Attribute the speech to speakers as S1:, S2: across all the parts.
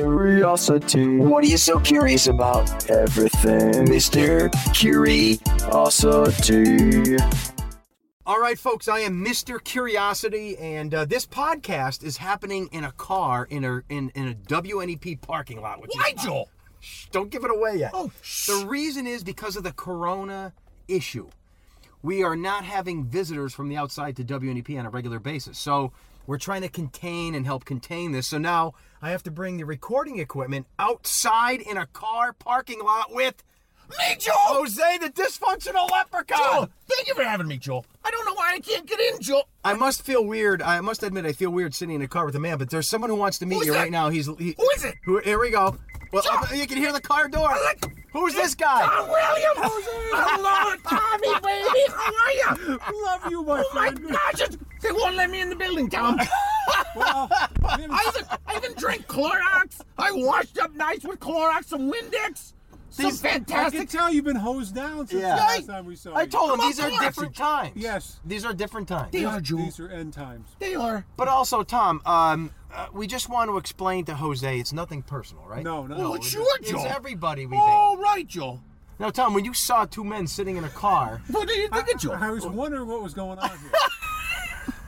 S1: Curiosity. What are you so curious about? Everything, Mr. Curiosity.
S2: All right, folks, I am Mr. Curiosity, and uh, this podcast is happening in a car in a in, in a WNEP parking lot. Which is,
S3: Nigel!
S2: Shh, don't give it away yet.
S3: Oh, shh.
S2: The reason is because of the corona issue. We are not having visitors from the outside to WNEP on a regular basis. So we're trying to contain and help contain this. So now I have to bring the recording equipment outside in a car parking lot with
S3: Me, Joel!
S2: Jose the dysfunctional leprechaun.
S3: Joel, Oh, Thank you for having me, Joel. I don't know why I can't get in, Joel.
S2: I must feel weird. I must admit, I feel weird sitting in a car with a man. But there's someone who wants to meet
S3: Who's
S2: you
S3: that?
S2: right now. He's he,
S3: Who is it?
S2: Who, here we go. Well,
S3: John!
S2: uh, you can hear the car door.
S3: like-
S2: Who's this guy?
S3: Tom Williams! Hello, Tommy, baby! How are you?
S4: Love you, my
S3: Oh my
S4: friend.
S3: gosh! It's, they won't let me in the building, Tom.
S4: Well, maybe-
S3: I even, I even drank Clorox. I washed up nice with Clorox, some Windex, some
S2: These-
S4: I can
S3: fantastic.
S4: tell you've been hosed down since
S2: Yeah.
S4: the last time we saw
S2: I
S4: you.
S2: told him
S3: Come on,
S2: these are
S3: Clark.
S2: different times.
S4: Yes.
S2: these are different times.
S3: They are, Joel.
S4: These are end times.
S3: They are.
S2: But also, Tom, um, uh, we just want to explain to Jose it's nothing personal, right?
S4: No, no.
S3: Oh,
S4: no.
S3: it's your
S2: It's
S3: Joel.
S2: everybody we
S3: All right, Joel.
S2: think. Now, Tom, when you saw two men sitting in a car,
S3: What do you think of Joel?
S4: I, I was wondering what was going on here.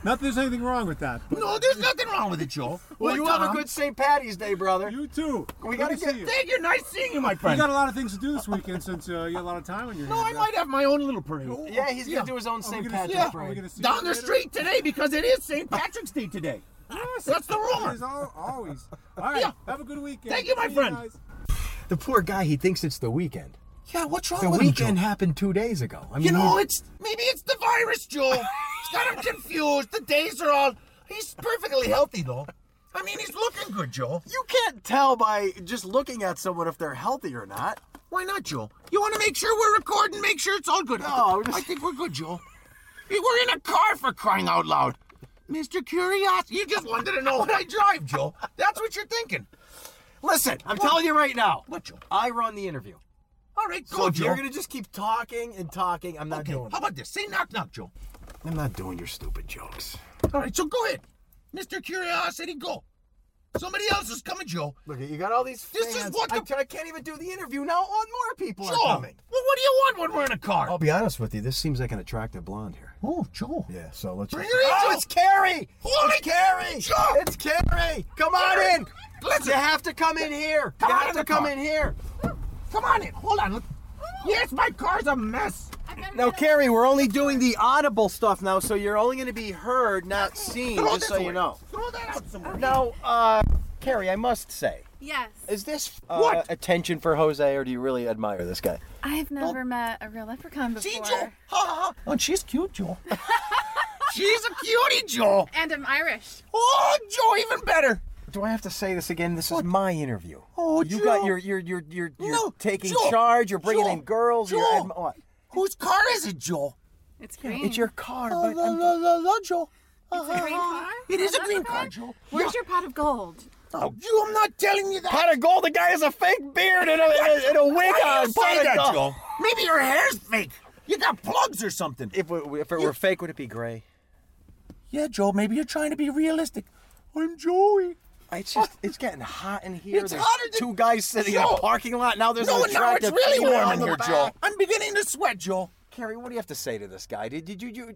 S4: Not that there's anything wrong with that, but
S3: No, there's nothing wrong with it, Joel.
S2: well,
S3: Or
S2: you have a
S3: Tom.
S2: good St. Patty's Day, brother.
S4: you too.
S2: We
S4: Good
S2: gotta
S4: to
S2: get-
S4: see you.
S3: Thank you. Nice seeing you, my
S4: You
S3: friend.
S4: got a lot of things to do this weekend since uh, you got a lot of time on your
S3: No, I
S4: hands.
S3: might have my own little parade.
S2: yeah, he's
S3: Yeah.
S2: gonna do his own St. Patrick's
S3: yeah.
S4: Are we gonna
S2: parade.
S4: see you
S3: down the
S4: later?
S3: street today because it is St. Patrick's Day today.
S4: Yes,
S3: That's the rumor.
S4: As al- always. All right.
S3: Yeah.
S4: Have a good weekend.
S3: Thank you, my
S4: See
S3: friend.
S4: guys.
S2: The poor guy, he thinks it's the weekend.
S3: Yeah, what's wrong
S2: The
S3: with him,
S2: weekend
S3: Joel?
S2: happened two days ago. I mean,
S3: You know,
S2: he-
S3: it's maybe it's the virus, Joel. It's got him confused. The days are all. He's perfectly healthy though. I mean, he's looking good, Joel.
S2: you can't tell by just looking at someone if they're healthy or not.
S3: Why not, Joel? You want to make sure we're recording, make sure it's all good.
S2: No, I'm just-
S3: I think we're good, Joel. Hey, We're in a car for crying out loud. Mr. Curiosity, you just wanted to know what I drive, Joel. That's what you're thinking.
S2: Listen, I'm telling you right now.
S3: What, Joel?
S2: I run the interview.
S3: All right,
S2: So
S3: go,
S2: if
S3: Joel.
S2: you're gonna just keep talking and talking, I'm not
S3: Okay,
S2: doing.
S3: how about this? Say knock knock, Joel.
S2: I'm not doing your stupid jokes.
S3: All right, so go ahead. Mr. Curiosity, go. Somebody else is coming, Joe.
S2: Look, you got all these
S3: This
S2: fans.
S3: is what
S2: I,
S3: the-
S2: I can't even do the interview now. On more people
S3: Joe!
S2: are
S3: Well,
S2: coming.
S3: what do you want when we're in a car?
S2: I'll be honest with you. This seems like an attractive blonde here.
S3: oh, Joe.
S2: Yeah. So let's.
S3: Bring
S2: just-
S3: her in,
S2: oh,
S3: Joe.
S2: it's Carrie.
S3: Holy-
S2: it's Carrie.
S3: Joe.
S2: It's Carrie. Come on in.
S3: Listen.
S2: You have to come in here.
S3: Come
S2: you
S3: on
S2: have
S3: in
S2: to
S3: the
S2: come
S3: car.
S2: in here.
S3: Come on in. Hold on. Look. Yes, my car's a mess.
S2: Now, Carrie, we're only doing the audible stuff now, so you're only going to be heard, not seen,
S3: Throw
S2: just
S3: this
S2: so you
S3: away.
S2: know.
S3: Throw that out somewhere.
S2: Now, uh, Carrie, I must say,
S5: Yes.
S2: is this uh,
S3: What?
S2: attention for Jose, or do you really admire this guy?
S5: I've never met a real leprechaun before.
S3: See, Joe. Ha ha ha. Oh, she's cute, Joe. she's a cutie, Joe.
S5: And I'm Irish.
S3: Oh, Joe, even better.
S2: Do I have to say this again? This is my interview.
S3: Oh,
S2: you
S3: Joe.
S2: got your you're you're you're, you're
S3: No,
S2: taking
S3: Joe.
S2: charge. You're bringing
S3: Joe.
S2: in girls. You're
S3: Joe.
S2: admi- what?
S3: Whose car is it, Joe?
S5: It's green.
S2: It's your Uh-huh. car,
S3: Oh,
S2: but
S3: la,
S2: I'm-
S3: la, la, la, Joe.
S5: It's a green car?
S3: It is a
S5: Another
S3: green
S5: car?
S3: car, Joe.
S5: Where's your pot of gold?
S3: Oh, Joe, I'm not telling you that.
S2: pot of gold. The guy has a fake beard and a, and a, and a wig
S3: Why do
S2: on.
S3: you
S2: Pot
S3: say
S2: of
S3: that,
S2: gold.
S3: Joe? Maybe your hair's fake. You got plugs or something.
S2: If it, if it were fake, would it be gray?
S3: Yeah, Joe, maybe you're trying to be realistic. I'm Joey.
S2: It's just it's getting hot in here.
S3: It's
S2: There's
S3: hotter than-
S2: two guys sitting in
S3: Joe.
S2: a parking lot. Now there's
S3: No,
S2: an
S3: now it's
S2: attractive
S3: really
S2: female
S3: warm
S2: on
S3: in
S2: the
S3: here,
S2: back.
S3: Joe. I'm beginning to sweat, Joe.
S2: Carrie, what do you have to say to this guy? Did, did you, you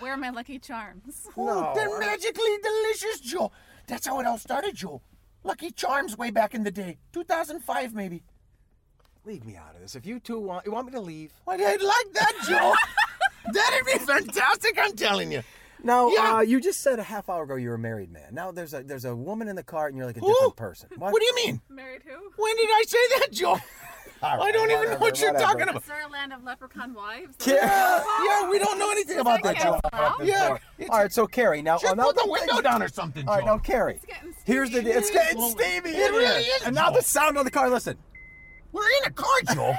S5: Where are my lucky charms?
S3: Oh, they're magically delicious, Joe. That's how it all started, Joe. Lucky Charms way back in the day, 2005 maybe.
S2: leave me out of this? If you two want, you want me to leave?
S3: Why did I like that, Joe? That'd be fantastic, I'm telling you.
S2: No,
S3: Yeah.
S2: uh, you just said a half hour ago you were a married man. Now there's a there's a woman in the car and you're like a
S3: Who?
S2: different person.
S3: What do you mean?
S5: Married who?
S3: When did I say that, Joe?
S2: All
S3: I
S2: right,
S3: don't even know
S2: whatever,
S3: what you're
S2: whatever.
S3: talking about.
S5: Is there a land of leprechaun wives?
S2: Yeah.
S3: Yeah, we don't know anything about that, Joe.
S5: It's
S3: Yeah.
S2: All right, so Carrie, now uh,
S3: Just
S2: now
S3: put the
S2: thing-
S3: window down or something, Joe.
S2: All right, now Carrie.
S5: getting
S2: Here's the
S5: steamy.
S2: it's getting
S3: Well,
S2: steamy.
S3: it
S2: in
S3: really
S2: here.
S3: is,
S2: And now
S3: Joe.
S2: the sound on the car. Listen.
S3: We're in a car, Joe.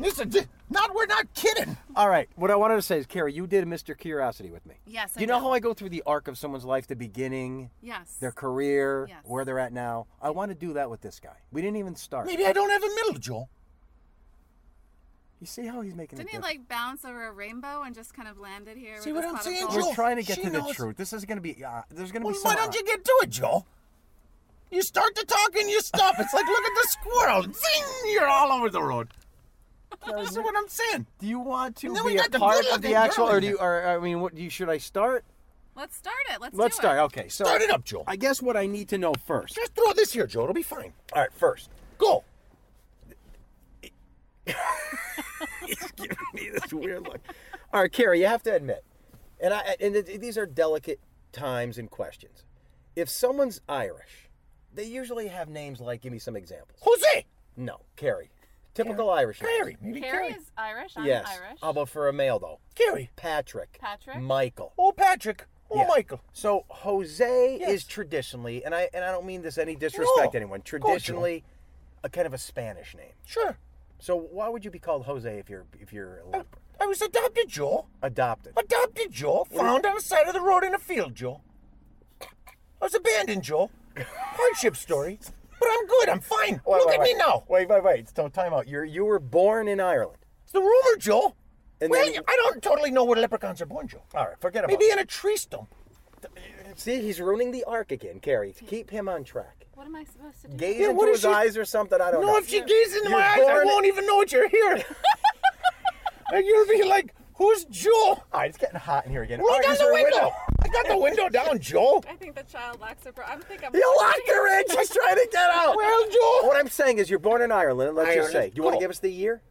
S3: Listen, di- not we're not kidding.
S2: All right. What I wanted to say is, Carrie, you did Mr. Curiosity with me.
S5: Yes, I
S2: You know
S5: did.
S2: how I go through the arc of someone's life, the beginning,
S5: Yes.
S2: their career,
S5: Yes.
S2: where they're at now. I want to do that with this guy. We didn't even start.
S3: Maybe I don't have a middle, Joe.
S2: You see how he's making
S5: Didn't
S2: it.
S5: he like bounce over a rainbow and just kind of landed here?
S3: See what
S5: with his
S3: I'm
S5: pot of
S3: saying,
S5: gold?
S3: Joel?
S2: We're trying to get
S3: Oh, She
S2: to the
S3: knows.
S2: truth. This is going to be. Uh, there's going to
S3: Well,
S2: be some.
S3: why don't you get to it, Joe? You start to talk and you stop. It's like, look at the squirrel. Zing! You're all over the road. That's what I'm saying.
S2: Do you want to
S3: And then we
S2: be a
S3: got the
S2: part
S3: video
S2: of
S3: game
S2: the actual,
S3: girl
S2: or
S3: in
S2: do you? Or I mean, what do you? Should I start?
S5: Let's start it. Let's,
S2: Let's
S5: do
S2: start.
S5: it.
S2: Okay, so
S3: Start it up, Joel.
S2: I guess what I need to know first.
S3: Just throw this here, Joel. It'll be fine.
S2: All right, first.
S3: Go. He's giving me this weird look.
S2: All right, Carrie, you have to admit, and I and th- these are delicate times and questions. If someone's Irish, they usually have names like. Give me some examples.
S3: Jose.
S2: No, Carrie. Typical Irish. names.
S3: Carrie. Maybe
S5: Carrie
S3: Carrie.
S5: is Irish. I'm
S2: Yes.
S5: Irish.
S2: How about for a male though?
S3: Carrie.
S2: Patrick.
S5: Patrick.
S2: Michael.
S3: Oh, Patrick. Oh,
S2: Yeah.
S3: Michael.
S2: So Jose
S3: Yes.
S2: is traditionally, and I and I don't mean this any disrespect to
S3: No.
S2: anyone.
S3: Go, Joe.
S2: Traditionally, a kind of a Spanish name.
S3: Sure.
S2: So why would you be called Jose if you're if you're a
S3: Oh.
S2: leper?
S3: I was adopted, Joel.
S2: adopted?
S3: Adopted, Joel. Found on the side of the road in a field, Joel. I was abandoned, Joel. Hardship story. But I'm good. I'm fine.
S2: Wait,
S3: Look
S2: wait,
S3: at
S2: wait.
S3: me now.
S2: Wait, wait, wait. So time out. Oh, You're you were born in Ireland.
S3: It's the rumor, Joel.
S2: And
S3: well,
S2: then-
S3: I don't totally know where leprechauns are born, Joel.
S2: All right, forget about
S3: Maybe in a tree stump.
S2: it. See, he's ruining the arc again, Carrie. To keep him on track.
S5: What am I supposed to do?
S2: Gaze
S3: Yeah, what
S2: into
S3: is
S2: his
S3: she-
S2: eyes or something. I don't
S3: No,
S2: know.
S3: if she gazes into my eyes,
S2: You're
S3: I
S2: born-
S3: won't even know what you're here. and you'll be like, who's Joel?
S2: All right, it's getting hot in here again.
S3: Roll
S2: All right,
S3: down
S2: use
S3: the
S2: your
S3: window. I got the window down, Joel.
S5: I think the child locks her. Bro- I'm thinking. I'm
S2: You locked her in. She's trying to get out.
S3: Well, Joel.
S2: What I'm saying is, you're born in Ireland. Let's just
S3: Ireland.
S2: say. You want to
S3: Cool.
S2: give us the year?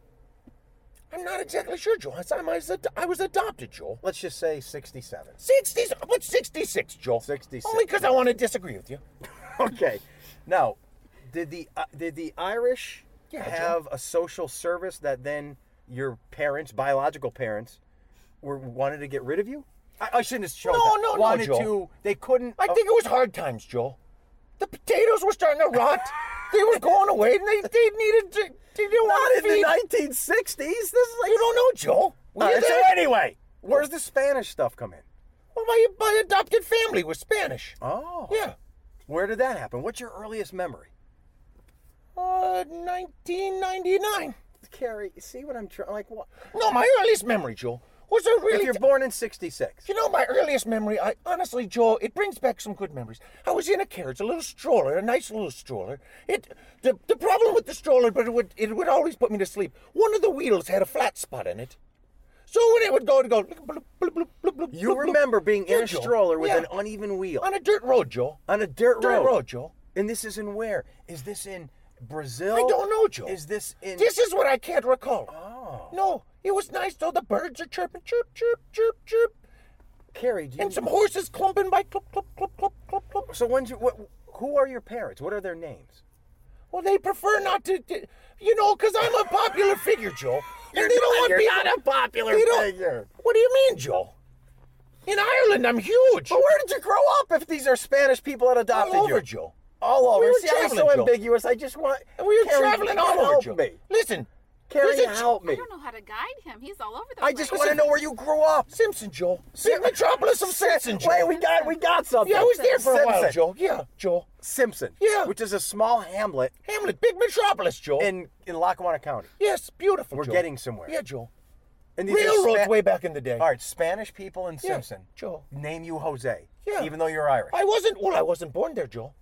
S3: I'm not exactly sure, Joel. I'm- I was, ad- I was adopted, Joel.
S2: Let's just say 67.
S3: 60s. What's 66, Joel?
S2: 66.
S3: Only because I want to disagree with you.
S2: Okay. Now, did the uh, did the Irish
S3: Yeah, Joe.
S2: have a social service that then your parents, biological parents, were wanted to get rid of you? I, I shouldn't have shown
S3: No,
S2: that.
S3: no, no,
S2: wanted
S3: Joe.
S2: to. Oh. They couldn't.
S3: I think it was hard times, Joel. The potatoes were starting to rot. they were going away, and they, they needed to. They didn't
S2: not
S3: want
S2: in
S3: to feed.
S2: the 1960s. This is like.
S3: You don't know, Joel. Were
S2: All
S3: you
S2: right, so
S3: there anyway?
S2: Where's the Spanish stuff come in?
S3: Well, my, my adopted family was Spanish.
S2: Oh.
S3: Yeah.
S2: Where did that happen? What's your earliest memory?
S3: Uh, 1999.
S2: Carrie, see what I'm trying. Like what?
S3: No, my earliest memory, Joel, was a
S2: If
S3: really.
S2: you're born in '66.
S3: you know, my earliest memory, I honestly, Joel, it brings back some good memories. I was in a carriage, a little stroller, a nice little stroller. It, the, the problem with the stroller, but it would, it would always put me to sleep. One of the wheels had a flat spot in it. So when it would go, to go, bloop, bloop, bloop, bloop, bloop, bloop,
S2: You
S3: bloop, bloop.
S2: remember being in
S3: Yeah,
S2: a
S3: Joel.
S2: stroller with
S3: Yeah.
S2: an uneven wheel
S3: on a dirt road, Joel.
S2: on a dirt,
S3: Dirt
S2: road.
S3: road, Joel.
S2: And this is in where? Is this in Brazil?
S3: I don't know, Joe.
S2: Is this in?
S3: This is what I can't recall.
S2: Oh.
S3: No, it was nice though. The birds are chirping, chirp, chirp, chirp, chirp,
S2: Carrie, do you...
S3: and some horses clumping by, clump, clump, clump, clump, clump, clump.
S2: So when's your, what? Who are your parents? What are their names?
S3: Well, they prefer not to, to you know, 'cause I'm a popular figure, Joe. and they don't want
S2: you're
S3: people.
S2: not a popular
S3: they don't-
S2: figure.
S3: What do you mean, Joe? In Ireland, I'm huge.
S2: But where did you grow up? If these are Spanish people that adopted
S3: all over,
S2: you,
S3: Joe.
S2: all over.
S3: We were
S2: See, I'm so
S3: traveling, Joe.
S2: ambiguous. I just want.
S3: And we were
S2: Carrie,
S3: traveling all over,
S2: help
S3: Joe.
S2: Me.
S3: Listen,
S2: Carrie,
S3: listen,
S2: help me.
S5: I don't know how to guide him. He's all over the
S2: I
S5: place.
S2: just want to know where you grew up.
S3: Simpson, Joe. Sim- Metropolis of Simpson, Joe.
S2: Wait, we got we got something.
S3: yeah, I was there for a while,
S2: Simpson.
S3: Joe. Yeah, Joe.
S2: Simpson.
S3: Yeah.
S2: Which is a small hamlet
S3: Hamlet, big metropolis, Joe.
S2: in in Lackawanna County.
S3: Yes, beautiful.
S2: We're
S3: Joe.
S2: getting somewhere.
S3: Yeah, Joel.
S2: And these are
S3: Railroads
S2: Spa-
S3: way back in the day.
S2: All right, Spanish people in
S3: Yeah,
S2: Simpson
S3: Joe.
S2: name you Jose,
S3: Yeah.
S2: even though you're Irish.
S3: I wasn't. Well, I wasn't born there, Joel.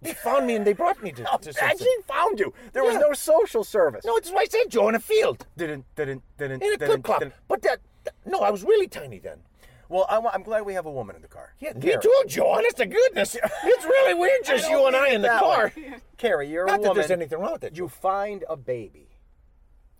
S3: They found me and they brought me to,
S2: Oh,
S3: to
S2: I
S3: Simpson.
S2: actually found you. There was
S3: Yeah.
S2: no social service.
S3: No, it's why I said Joe in a field
S2: Didn't, didn't, didn't,
S3: in a
S2: didn't,
S3: clip clop.
S2: didn't.
S3: But that, that- No, I was really tiny then.
S2: Well, I, am glad we have a woman in the car.
S3: Yeah, me
S2: Carrie.
S3: too, Joe. Honest to goodness, it's really weird just you and I in the
S2: That
S3: car.
S2: way. Carrie, you're
S3: Not
S2: a
S3: that
S2: woman.
S3: there's anything wrong with it.
S2: You find a baby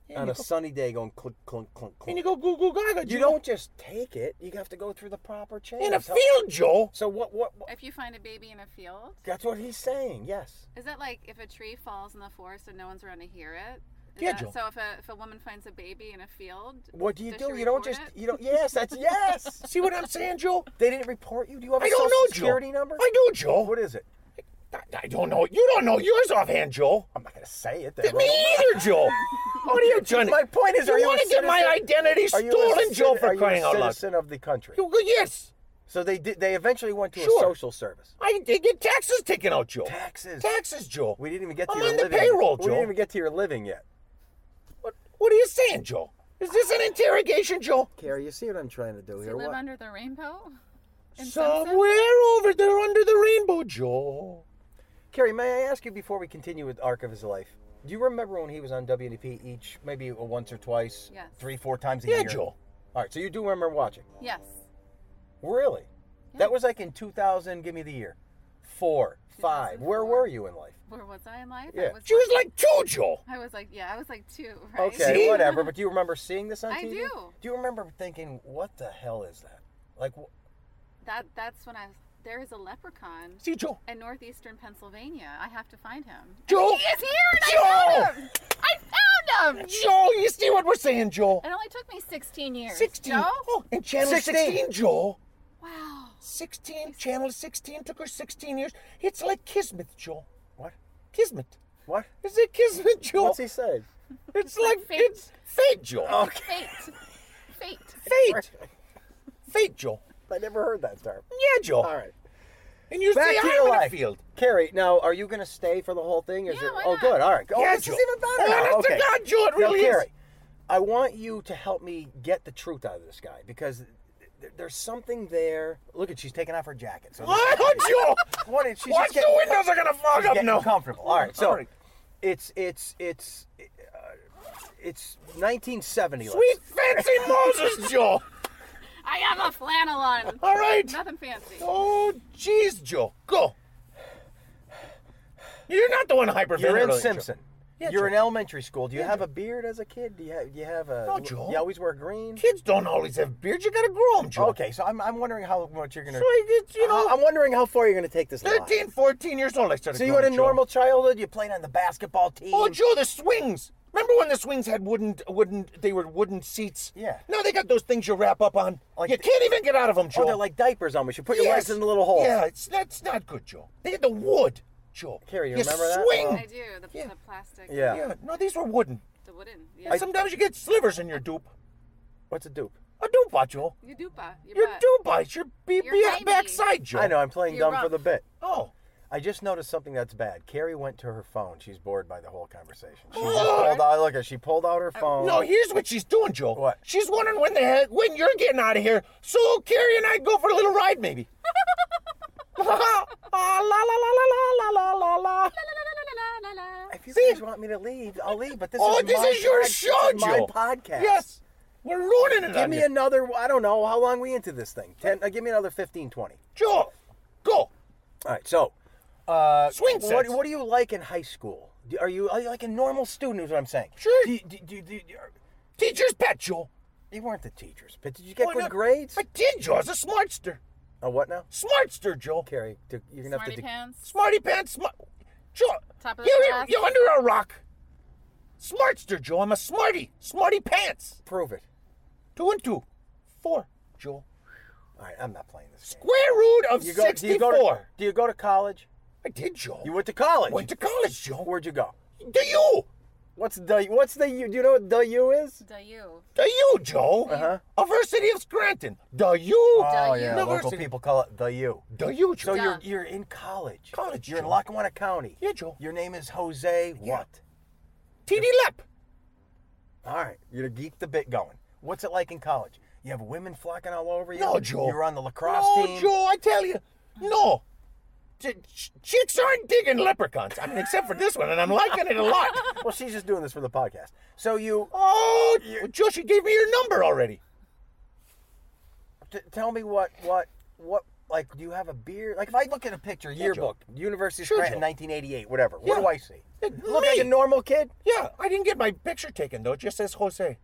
S3: Yeah,
S2: on
S3: you
S2: a
S3: go-
S2: sunny day going clunk, clunk, clunk, clunk.
S3: and you go goo goo gaga.
S2: You
S3: Joe.
S2: don't just take it. You have to go through the proper channels.
S3: in a
S2: How-
S3: field, Joe.
S2: So what, what? What?
S5: If you find a baby in a field,
S2: That's what he's saying. Yes.
S5: is that like if a tree falls in the forest and no one's around to hear it? Is
S3: Yeah,
S5: that-
S3: Joel.
S5: So if a if a woman finds a baby in a field,
S2: What do you
S5: does
S2: do?
S5: she
S2: You don't
S5: report
S2: just.
S5: it?
S2: You don't. Yes. That's yes.
S3: See what I'm saying, Joe?
S2: They didn't report you. Do you have a
S3: I don't
S2: social
S3: know, Joe.
S2: security number?
S3: I do, Joe.
S2: What is it?
S3: I- I don't know. You don't know yours offhand, Joe.
S2: I'm not gonna say it.
S3: Me either, Joe. What are you trying to?
S2: My point is,
S3: you
S2: are you
S3: want
S2: a
S3: to get my
S2: citizen-
S3: identity
S2: Are you a
S3: stolen, Joe,
S2: citi-
S3: for
S2: are you
S3: crying
S2: a
S3: out loud?
S2: Citizen of the country.
S3: You go, yes.
S2: So they did. They eventually went to
S3: Sure.
S2: a social service.
S3: I they get taxes taken out, Joe.
S2: Taxes.
S3: Taxes, Joe.
S2: We didn't even get to
S3: I'm
S2: your
S3: on the
S2: living.
S3: payroll,
S2: We didn't
S3: Joe.
S2: even get to your living yet.
S3: What, what are you saying, Joe? Is this an interrogation, Joe?
S2: Carrie, you see what I'm trying to do
S5: Does he
S2: here?
S5: live
S2: What-
S5: under the rainbow? In Simpson?
S3: Somewhere over there under the rainbow, Joe.
S2: Carrie, may I ask you before we continue with Arc of His Life? Do you remember when he was on WDP each, maybe a once or twice,
S5: Yes.
S2: three, four times a
S3: Yeah,
S2: year?
S3: Joel.
S2: All right, so you do remember watching.
S5: Yes.
S2: Really? That was like in 2000, give me the year. Four, five. Where
S5: 2004.
S2: were you in life?
S5: Where was I in life?
S2: Yeah.
S5: I was
S3: She was
S5: like,
S3: like two, Joel.
S5: I was like, yeah, I was like two, right?
S2: Okay,
S3: See?
S2: whatever. But do you remember seeing this on
S5: I
S2: TV?
S5: do.
S2: Do you remember thinking, what the hell is that? Like, wh-
S5: That that's when I was. There is a leprechaun
S3: See, Joel.
S5: in northeastern Pennsylvania. I have to find him.
S3: Joel.
S5: He is here, and
S3: Joel.
S5: I found him. I found him.
S3: Joel, you see what we're saying, Joel?
S5: It only took me 16 years.
S3: 16.
S5: Joe?
S3: Oh, and channel 16,
S2: 16.
S3: Joel.
S5: Wow.
S3: 16, channel 16 took her 16 years. It's like Kismet, Joel.
S2: what?
S3: Kismet.
S2: What?
S3: Is it Kismet, Joel?
S2: What's Oh. he saying?
S3: It's like,
S5: fate.
S3: it's fate, Joel.
S5: Fate. Fate.
S3: Fate. Fate, Joel.
S2: I never heard that term.
S3: Yeah, Joel.
S2: All right.
S3: And you
S2: Back
S3: see,
S2: to
S3: I'm
S2: your
S3: in
S2: life.
S3: the field.
S2: Carrie, now are you going to stay for the whole thing? Is
S5: Yeah,
S2: it-
S5: why
S2: oh,
S5: not?
S2: good. All right. Oh,
S3: Yeah,
S2: this
S3: Joe.
S2: is even better.
S3: Oh,
S2: now.
S3: honest to
S2: okay.
S3: God, Joe, it really
S2: now,
S3: is.
S2: Carrie, I want you to help me get the truth out of this guy because th- th- there's something there. Look at she's taking off her jacket. So
S3: Oh, Joel.
S2: What is she?
S3: Watch
S2: she's
S3: the
S2: getting-
S3: windows are gonna fog
S2: she's
S3: up
S2: getting
S3: now.
S2: Comfortable. All right. So
S3: All right.
S2: it's it's it's uh, it's 1970. let's
S3: Sweet fancy Moses, Joel.
S5: I have a flannel on.
S3: All right.
S5: Nothing fancy.
S3: Oh, jeez, Joe. Go. You're not the one hyperventilating.
S2: You're in
S3: Joe.
S2: Simpson.
S3: Yeah,
S2: You're
S3: Joe.
S2: in elementary school. Do you have a beard as a kid? Do you have, do you have a?
S3: No, Joe.
S2: You always wear green.
S3: Kids don't always have beards. You gotta grow them, Joe.
S2: Okay, so I'm, I'm wondering how much you're gonna.
S3: So I get, you know,
S2: I- I'm wondering how far you're gonna take this. lie.
S3: 13, 14 years old, I started
S2: Oh, So you
S3: growing,
S2: had a
S3: Joe.
S2: normal childhood. You played on the basketball team.
S3: Oh, Joe, the swings. Remember when the swings had wooden, wooden, they were wooden seats?
S2: Yeah.
S3: Now they got those things you wrap up on.
S2: Like
S3: you
S2: the-
S3: can't even get out of them, Joe.
S2: Oh, they're like diapers almost. You put your legs
S3: Yes.
S2: in the little hole.
S3: Yeah, it's that's not good, Joe. They had the wood, Joe.
S2: Carrie, you remember that? Oh.
S3: swing.
S5: I do. The,
S3: Yeah.
S5: the plastic.
S2: Yeah.
S3: Yeah, no, these were wooden.
S5: The wooden.
S3: And
S5: Yeah.
S3: sometimes you get slivers in your dupe.
S2: What's a dupe?
S3: A dupa, Joe.
S5: Your dupa. Your
S3: Your
S5: butt.
S3: dupa, it's your be,
S5: Your
S3: be
S5: baby.
S3: backside, Joe.
S2: I know. I'm playing
S5: You're
S2: dumb for
S5: rough.
S2: the bit.
S3: Oh.
S2: I just noticed something that's bad. Carrie went to her phone. She's bored by the whole conversation. She just
S3: Oh.
S2: pulled out. Look, at she pulled out her phone.
S3: No, here's what she's doing, Joe.
S2: What?
S3: She's wondering when the heck when you're getting out of here. So Carrie and I go for a little ride, maybe. Ah, la la la la la la la la la.
S5: La, la, la, la, la, la.
S2: If you
S3: See?
S2: guys want me to leave, I'll leave. But this
S3: Oh,
S2: is
S3: this
S2: my
S3: is your
S2: pod-
S3: show,
S2: this is my
S3: Joe.
S2: podcast.
S3: Yes, we're ruining it.
S2: Give
S3: on
S2: me
S3: you.
S2: another. I don't know how long we into this thing. Ten. Uh, give me another 15, 20.
S3: Joe. Go
S2: All right. So
S3: swing sets.
S2: Uh, What, what do you like in high school? Do- Are you, are you like a normal student? Is what I'm saying.
S3: Sure.
S2: Do you, do, do, do, you-
S3: Teacher's pet, Joe.
S2: you weren't the teachers, but did you get
S3: Why
S2: good
S3: not?
S2: grades?
S3: I did, Joe. I was a smartster.
S2: Oh, what now,
S3: Smartster, Joe.
S2: Carrie? do- You're gonna
S5: Smarty
S2: have to. do-
S5: pants.
S3: Smarty pants, smart. Joe.
S5: Top of the
S3: you're,
S5: class.
S3: you're under a rock. Smartster, Joe. I'm a smarty. Smarty pants.
S2: prove it.
S3: Two and two. Four, Joe.
S2: All right, I'm not playing this game.
S3: Square root of
S2: You go- do you
S3: 64.
S2: go to, do you go to college?
S3: I did, Joe.
S2: You went to college.
S3: went to college, Joe.
S2: Where'd you go?
S3: Do you?
S2: What's the What's the U? Do you know what the U is?
S5: Da you.
S3: Do you, Joe? Uh-huh. University of Scranton. Do you?
S5: Oh, yeah,
S3: Never
S2: local
S3: seen-
S2: people call it the U.
S3: Do you,
S2: Uh, So
S3: Joe?
S2: you're
S5: Duh.
S2: you're in college.
S3: College,
S2: You're in
S3: Joe.
S2: Lackawanna County.
S3: Yeah, Joe.
S2: Your name is Jose.
S3: Yeah.
S2: What?
S3: TD Lep.
S2: All right, you're to keep the bit going. What's it like in college? You have women flocking all over you.
S3: No, Joe.
S2: You're on the lacrosse
S3: no,
S2: team.
S3: Joe, I tell you. No. Ch- ch- Chicks aren't digging leprechauns. I mean, except for this one, and I'm liking it a lot.
S2: Well, she's just doing this for the podcast. So you
S3: Oh, Joe, she gave me your number already.
S2: t- tell me what what what like do you have a beard? Like if I look at a picture, yearbook, University of
S3: Sure,
S2: Scranton,
S3: Joe.
S2: 1988, whatever.
S3: Yeah.
S2: What do I see?
S3: Yeah,
S2: Look like
S3: me.
S2: a normal kid.
S3: Yeah, I didn't get my picture taken, though. It just says Jose.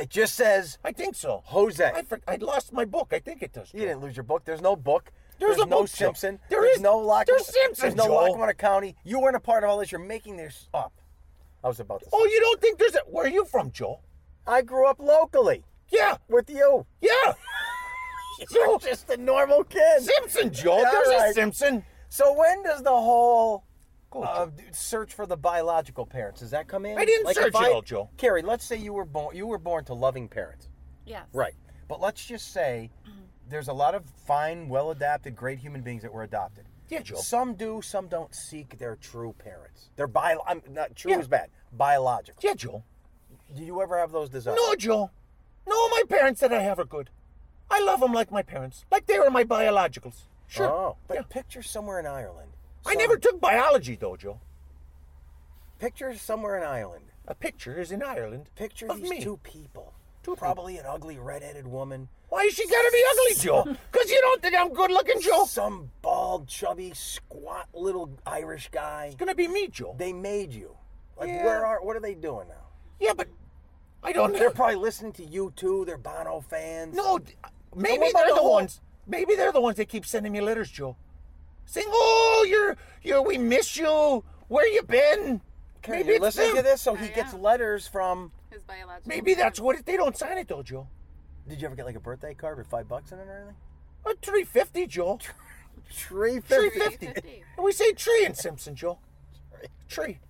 S2: It just says
S3: I think so.
S2: Jose.
S3: I, for- I lost my book. I think it does.
S2: you
S3: Joe.
S2: didn't lose your book. There's no book.
S3: There's a
S2: no
S3: book, Joe.
S2: Simpson.
S3: There
S2: there's
S3: is-
S2: no Lackawanna.
S3: there's Simpson,
S2: There's no
S3: Joe.
S2: Lackawanna County. You weren't a part of all this. You're making this up. I was about to. Say.
S3: Oh, you don't think there's a. Where are you from, Joe?
S2: I grew up locally
S3: Yeah,
S2: with you.
S3: yeah. Joe
S2: just a normal kid.
S3: Simpson, Joe.
S2: Yeah,
S3: There's a
S2: right.
S3: Simpson.
S2: So when does the whole
S3: Go,
S2: uh,
S3: Joe.
S2: search for the biological parents does that come in?
S3: I didn't search
S2: if
S3: it all, Joe.
S2: Carrie, let's say you were born you were born to loving parents,
S5: Yes.
S2: right? But let's just say
S3: Mm-hmm.
S2: there's a lot of fine, well-adapted, great human beings that were adopted.
S3: Yeah, Joe.
S2: Some do, some don't seek their true parents. Their bio, I'm not true
S3: Yeah.
S2: is bad. Biological.
S3: Yeah, Joe.
S2: Do you ever have those desires?
S3: No, Joe. No, my parents that I have are good. I love them like my parents, like they were my biologicals. Sure.
S2: Oh, but
S3: Yeah.
S2: picture somewhere in Ireland.
S3: I never took biology though, Joe.
S2: Picture somewhere in Ireland.
S3: A picture is in Ireland.
S2: Picture
S3: of
S2: these
S3: me.
S2: two people. Probably an ugly redheaded woman.
S3: Why is she gotta be ugly, Joe? Because you don't think I'm good looking, Joe? It's
S2: Some bald, chubby, squat little Irish guy.
S3: gonna be me, Joe.
S2: They made you. Like
S3: Yeah.
S2: where are what are they doing now?
S3: Yeah, but I don't.
S2: They're probably listening to you too. They're Bono fans.
S3: No, th- maybe
S2: what about
S3: they're
S2: the
S3: the
S2: whole-
S3: ones. Maybe they're the ones that keep sending me letters, Joe, saying, "Oh, you're, you're, we miss you. Where you been?"
S2: Karen,
S3: maybe
S2: you're
S3: it's
S2: listening
S3: them.
S2: to this, so he
S5: Yeah.
S2: gets letters from.
S5: His biological.
S3: Maybe that's
S5: parents.
S3: what it, they don't sign it though, Joe.
S2: Did you ever get like a birthday card with five bucks in it or anything?
S3: A three fifty, Joe.
S2: Tree
S3: Tree
S2: fifty.
S3: fifty.
S5: 50.
S3: And we say tree in Simpson, Joe. Tree.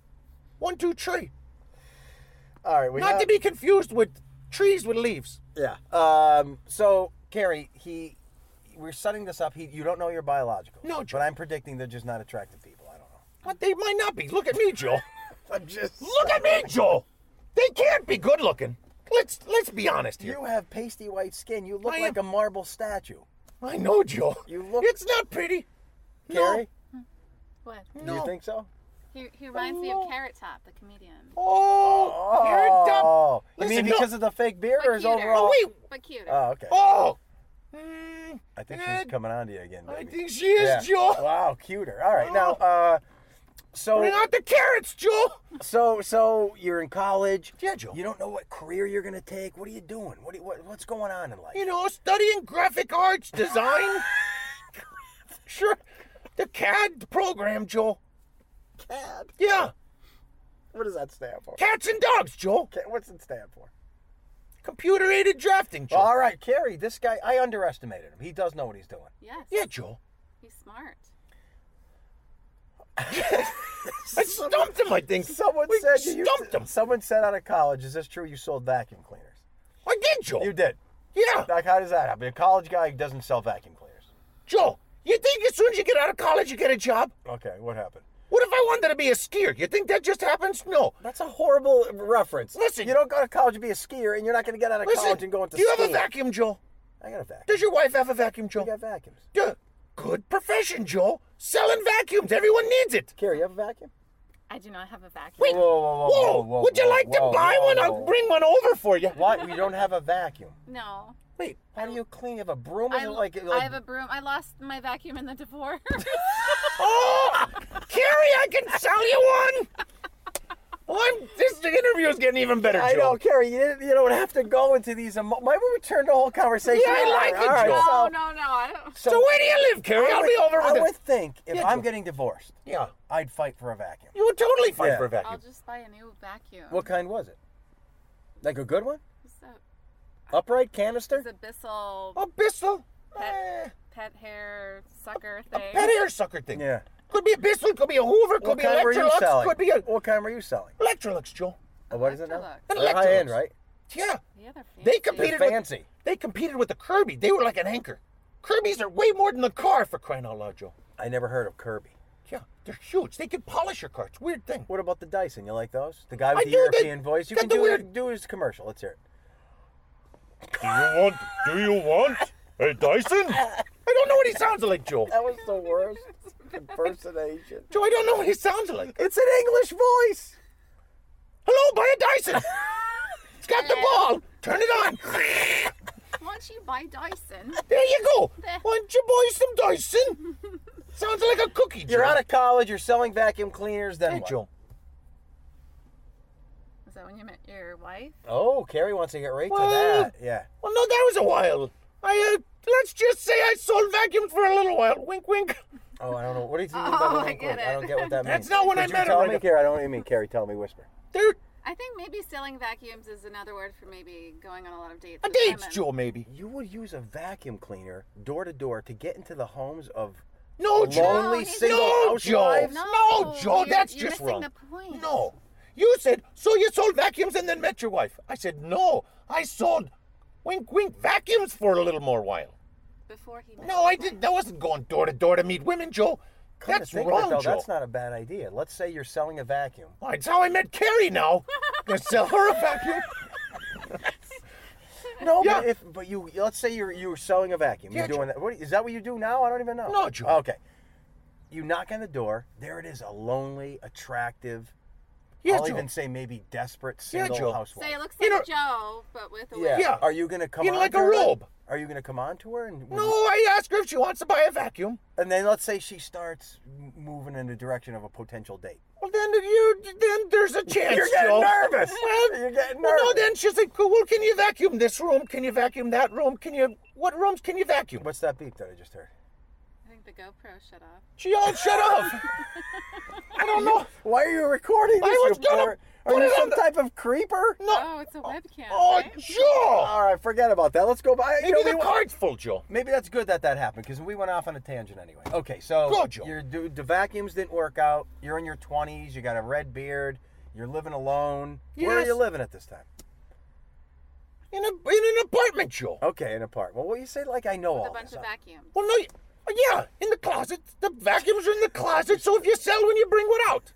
S3: One, two, tree.
S2: All right, we
S3: Not
S2: have,
S3: to be confused with trees with leaves.
S2: Yeah. Um. So, Carrie, he, we're setting this up. He, you don't know your biological.
S3: No, Joe.
S2: But I'm predicting they're just not attractive people. I don't know.
S3: But they might not be. Look at me, Joe.
S2: I'm just.
S3: Look at me, Joe. They can't be good looking. Let's let's be honest here.
S2: You have pasty white skin. You look
S3: I
S2: like a
S3: am-
S2: marble statue.
S3: I know, Joe.
S2: You look-
S3: It's not pretty.
S2: Carrie,
S5: What?
S2: do you think so?
S5: He, he reminds me of Carrot Top, the comedian.
S3: Oh, you're dumb.
S2: Oh, you
S3: Listen,
S2: mean
S3: no-
S2: because of the fake beard or
S5: But
S2: his
S5: cuter.
S2: overall?
S3: Oh, wait.
S5: But cuter.
S2: Oh, okay.
S3: Oh. Mm,
S2: I think
S3: eh,
S2: she's coming on to you again.
S3: I
S2: baby.
S3: think Oh. she is, Joe.
S2: Wow, cuter. All right, now, uh,
S3: Bring
S2: so
S3: out the carrots, Joe.
S2: so so you're in college.
S3: Yeah, Joe.
S2: You don't know what career you're gonna take. What are you doing? What, do you, what what's going on in life?
S3: You know, studying graphic arts design. sure. The CAD program, Joe.
S2: Cat.
S3: Yeah.
S2: What does that stand for?
S3: Cats and dogs, Joe.
S2: Cat. What's it stand for?
S3: Computer aided drafting, Joe.
S2: All right, Carrie. This guy, I underestimated him. He does know what he's doing.
S5: Yes.
S3: Uh, Yeah, Joe.
S5: He's smart.
S3: I stumped him, I think.
S2: Someone
S3: We
S2: said you
S3: stumped
S2: used to-
S3: him.
S2: Someone said out of college, is this true? You sold vacuum cleaners.
S3: I did, Joe.
S2: You did.
S3: Yeah,
S2: Like, how does that happen? A college guy who doesn't sell vacuum cleaners.
S3: Joe. You think as soon as you get out of college, you get a job?
S2: Okay, what happened?
S3: What if I wanted to be a skier? You think that just happens? No.
S2: That's a horrible reference.
S3: Listen-
S2: you don't go to college to be a skier, and you're not going to get out of
S3: Listen,
S2: college and go into
S3: do you have a
S2: skiing.
S3: vacuum, Joe?
S2: I got a vacuum.
S3: Does your wife have a vacuum,
S2: You
S3: Joe?
S2: got vacuums.
S3: Yeah. Good profession, Joe. Selling vacuums. Everyone needs it.
S2: Carrie, you have a vacuum?
S5: I do not have a vacuum.
S3: Wait,
S2: whoa,
S3: whoa,
S2: whoa, whoa,
S3: would you
S2: whoa,
S3: like
S2: whoa,
S3: to buy
S2: whoa,
S3: one?
S2: whoa.
S3: I'll bring one over for you.
S2: What? We don't have a vacuum.
S5: No.
S3: Wait,
S2: How do you clean? You have a broom? Is
S5: I,
S2: it like,
S5: I
S2: like-
S5: have a broom. I lost my vacuum in the divorce.
S3: Oh, Carrie, I can sell you one. Well, I'm, this interview is getting even better, Joe.
S2: I know, Carrie. You, didn't- you don't have to go into these. Emo- Why would we turn the whole conversation?
S3: Yeah, I
S2: over?
S3: like it,
S2: All right,
S3: Joe.
S5: no,
S2: so-
S5: no, no. I don't.
S3: So where do you live, Carrie? I'll be over
S2: I
S3: with it.
S2: would think if
S3: Yeah,
S2: I'm
S3: Joe.
S2: getting divorced,
S3: Yeah,
S2: I'd fight for a vacuum.
S3: you would totally fight
S2: Yeah.
S3: for a vacuum.
S5: I'll just buy a new vacuum.
S2: What kind was it? Like a good one?
S5: It's a,
S2: Upright canister?
S5: it's a Bissell
S3: A Oh, Bissell.
S5: Pet-
S3: Eh,
S5: pet hair sucker
S3: a
S5: thing.
S3: pet hair sucker thing.
S2: Yeah.
S3: Could be a Bissell, could be a Hoover, could
S2: What
S3: be
S2: kind were you
S3: Electrolux,
S2: selling?
S3: could be a
S2: What kind were you selling?
S3: Electrolux, Joe.
S2: Uh, What is it now?
S5: Electrolux.
S2: They're high end,
S3: Electrolux.
S2: right?
S3: Yeah.
S5: Yeah, they're fancy.
S3: They competed
S2: They're
S3: with-
S2: fancy.
S3: they competed with the Kirby. They were like an anchor. Kirby's are way more than the car for crying out loud, Joe.
S2: I never heard of Kirby.
S3: Yeah, they're huge. They can polish your car. It's a weird thing.
S2: What about the Dyson? You like those? The guy with
S3: I
S2: the
S3: do, they-
S2: European voice. You
S3: got
S2: can
S3: the
S2: do
S3: weird-
S2: do his commercial. Let's hear it.
S3: Do you want? Do you want a Dyson? I don't know what he sounds like, Joe.
S2: That was the worst impersonation.
S3: Joe, I don't know what he sounds like.
S2: It's an English voice.
S3: Hello, buy a Dyson. it's got the ball. Turn it on.
S5: Once you buy Dyson,
S3: There you go. Want you boys some Dyson? Sounds like a cookie, Joe.
S2: You're out of college. You're selling vacuum cleaners. Then
S3: Hey,
S2: what?
S3: Joe.
S5: is that when you met your wife?
S2: Oh, Carrie wants to get right
S3: Well-
S2: to that. Yeah.
S3: Well, no, that was a while. I uh, let's just say I sold vacuums for a little while. Wink, wink.
S2: Oh, I don't know. What do you mean by
S5: Oh, I
S2: wink,
S5: get
S2: wink? I don't
S5: it.
S2: get what that means.
S3: That's not when
S2: Could
S3: I
S2: you
S3: met her,
S2: Tell
S3: right
S2: me,
S3: up-
S2: Carrie. I don't mean Carrie. Tell me, whisper.
S3: They're
S5: I think maybe selling vacuums is another word for maybe going on a lot of dates.
S3: a
S5: with
S3: dates,
S5: women.
S3: Joe, maybe.
S2: You would use a vacuum cleaner door to door to get into the homes of
S3: No, Joe.
S2: Lonely
S5: he's-
S2: single
S3: no, Joe.
S2: housewives?
S5: No,
S3: No, Joe.
S5: you're-
S3: that's
S5: you're
S3: just
S5: missing
S3: wrong.
S5: the point.
S3: No. You said, so you sold vacuums and then met your wife. I said, no. I sold, wink, wink, vacuums for a little more while.
S5: Before he met
S3: No, I didn't. That wasn't going door to door to meet women, Joe.
S2: Come to
S3: That's
S2: think of it,
S3: wrong,
S2: though,
S3: Joe.
S2: That's not a bad idea. Let's say you're selling a vacuum.
S3: Oh, it's how I met Carrie now. you sell her a vacuum.
S2: No,
S3: Yeah.
S2: but if but you let's say you're you're selling a vacuum.
S3: Yeah,
S2: you're doing
S3: Joe.
S2: that. What, is that what you do now? I don't even know.
S3: No, Joe.
S2: Oh, Okay. You knock on the door. There it is, a lonely, attractive.
S3: Yeah,
S2: I'll
S3: Joe.
S2: even say maybe desperate
S3: Yeah,
S2: single
S3: Joe.
S2: housewife.
S5: Say it looks like
S3: You
S5: Joe, but with a
S2: yeah.
S5: wig.
S3: Yeah.
S2: Are you gonna come
S3: You
S2: on
S3: know, like
S2: to
S3: a
S2: her?
S3: robe.
S2: Are you gonna come on to her and
S3: No, I asked her if she wants to buy a vacuum.
S2: And then let's say she starts m- moving in the direction of a potential date.
S3: Well, then you then there's a chance.
S2: You're getting
S3: Joe.
S2: nervous.
S3: Well,
S2: You're getting
S3: Well, no,
S2: nervous.
S3: then she's like, "Cool, well, can you vacuum this room? Can you vacuum that room? Can you what rooms can you vacuum?
S2: What's that beep that I just heard?
S5: I think the GoPro shut off.
S3: She all shut off. I don't know.
S2: Why are you recording this?
S3: I was gonna
S2: report?
S3: put
S2: Are you
S3: it on
S2: some
S3: the-
S2: type of creeper?
S3: No.
S5: Oh, it's a webcam.
S3: Oh,
S5: right?
S3: Joe.
S2: All right, forget about that. Let's go by. you know, we
S3: Maybe the
S2: wa-
S3: card's full, Joe.
S2: Maybe that's good that that happened because we went off on a tangent anyway. Okay, so
S3: Go, Joe.
S2: your the, the vacuums didn't work out. You're in your 20s. You got a red beard. You're living alone. Where are
S3: Yes.
S2: you living at this time?
S3: In a in an apartment, Joe.
S2: Okay, in a park. Well, what you say? Like I know
S5: With
S2: all
S5: a bunch
S2: this.
S5: of vacuums.
S3: Well, no. y- Yeah, in the closet. The vacuums are in the closet. So if you sell one, you bring one out.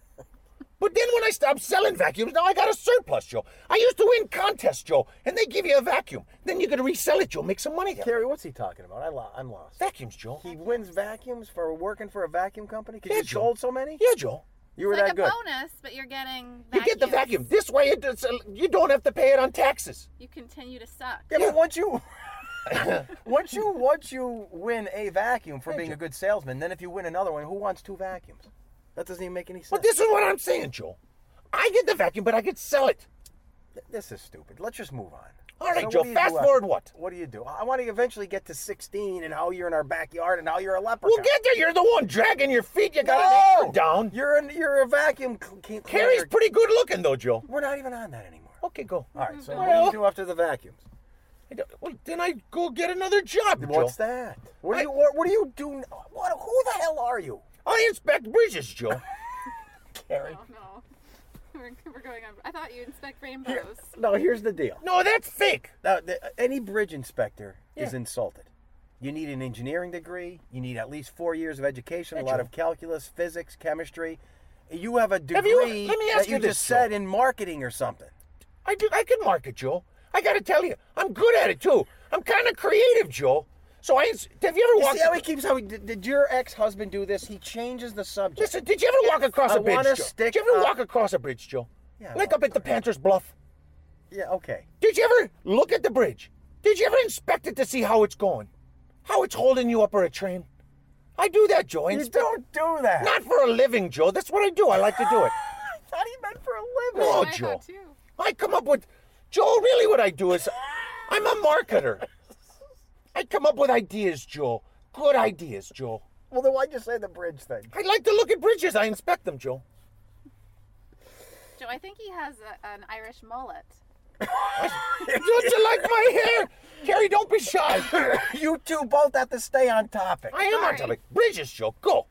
S3: But then when I stopped selling vacuums, now I got a surplus, Joe. I used to win contests, Joe, and they give you a vacuum. Then you could resell it, Joe, make some money. There.
S2: Carrie, what's he talking about? I lo- I'm lost.
S3: Vacuums, Joe.
S2: He wins vacuums for working for a vacuum company because
S3: Yeah,
S2: you
S3: Joe.
S2: sold so many.
S3: Yeah, Joe.
S2: You were
S5: it's like
S2: that
S5: a
S2: good.
S5: bonus, but you're getting
S3: You get the
S5: vacuums.
S3: vacuum. This way, it, does- uh, you don't have to pay it on taxes.
S5: You continue to suck.
S2: Yeah,
S3: Yeah.
S2: but once you once you once you win a vacuum for being a good salesman, then if you win another one, who wants two vacuums? That doesn't even make any sense.
S3: But this is what I'm saying, Joe. I get the vacuum, but I could sell it.
S2: this is stupid. Let's just move on.
S3: All right,
S2: what
S3: Joe,
S2: do you
S3: fast
S2: do after-
S3: forward what?
S2: What do you do? I want to eventually get to 16 and how you're in our backyard and how you're a leprechaun.
S3: We'll get there. You're the one dragging your feet. You got an
S2: No!
S3: anchor down.
S2: You're an, you're a vacuum cl- cl-
S3: Carrie's
S2: cleaner.
S3: pretty good looking, though, Joe.
S2: We're not even on that anymore.
S3: Okay, go.
S2: All right, so what do
S3: Well-
S2: you do after the vacuums?
S3: I don't- well, then I go get another job,
S2: What's
S3: Joe.
S2: that? What do
S3: I-
S2: you what, what do you do? n- What who the hell are you?
S3: I inspect bridges, Joe.
S5: Oh, no. We're, we're going on. I thought you inspect rainbows.
S2: No, here's the deal.
S3: no, that's fake.
S2: Now, the, any bridge inspector is
S3: Yeah.
S2: insulted. You need an engineering degree. You need at least four years of education, a lot
S3: Joe.
S2: of calculus, physics, chemistry. You have a degree
S3: Have you- let me
S2: that
S3: ask
S2: you,
S3: you this,
S2: just said in marketing or something.
S3: I do. I can market, Joe. I gotta tell you, I'm good at it too. I'm kind of creative, Joe. So I ins- have you ever
S2: You
S3: walked?
S2: see how he keeps how he, did, did your ex-husband do this? He changes the subject.
S3: Listen, did you ever walk across
S2: I
S3: a bridge,
S2: wanna
S3: Joe?
S2: stick
S3: did you ever
S2: up-
S3: walk across a bridge, Joe?
S2: Yeah, I
S3: Like
S2: walked
S3: up at the Panthers Bluff.
S2: yeah, okay.
S3: Did you ever look at the bridge? Did you ever inspect it to see how it's going? How it's holding you up or a train? I do that, Joe. I
S2: You
S3: inspect-
S2: don't do that.
S3: Not for a living, Joe. That's what I do. I like to do it.
S2: I thought he meant for a living.
S3: No,
S5: I
S3: Oh, Joe.
S5: thought too.
S3: I come up with, Joe, really what I do is I'm a marketer. I come up with ideas, Joe. Good ideas, Joe.
S2: Well, then why'd you say the bridge thing?
S3: I like to look at bridges. I inspect them, Joe.
S5: Joe, I think he has a, an Irish mullet.
S3: Don't you like my hair? Carrie, don't be shy.
S2: you two both have to stay on topic.
S3: I am on
S5: Sorry.
S3: topic. Bridges, Joe. Go.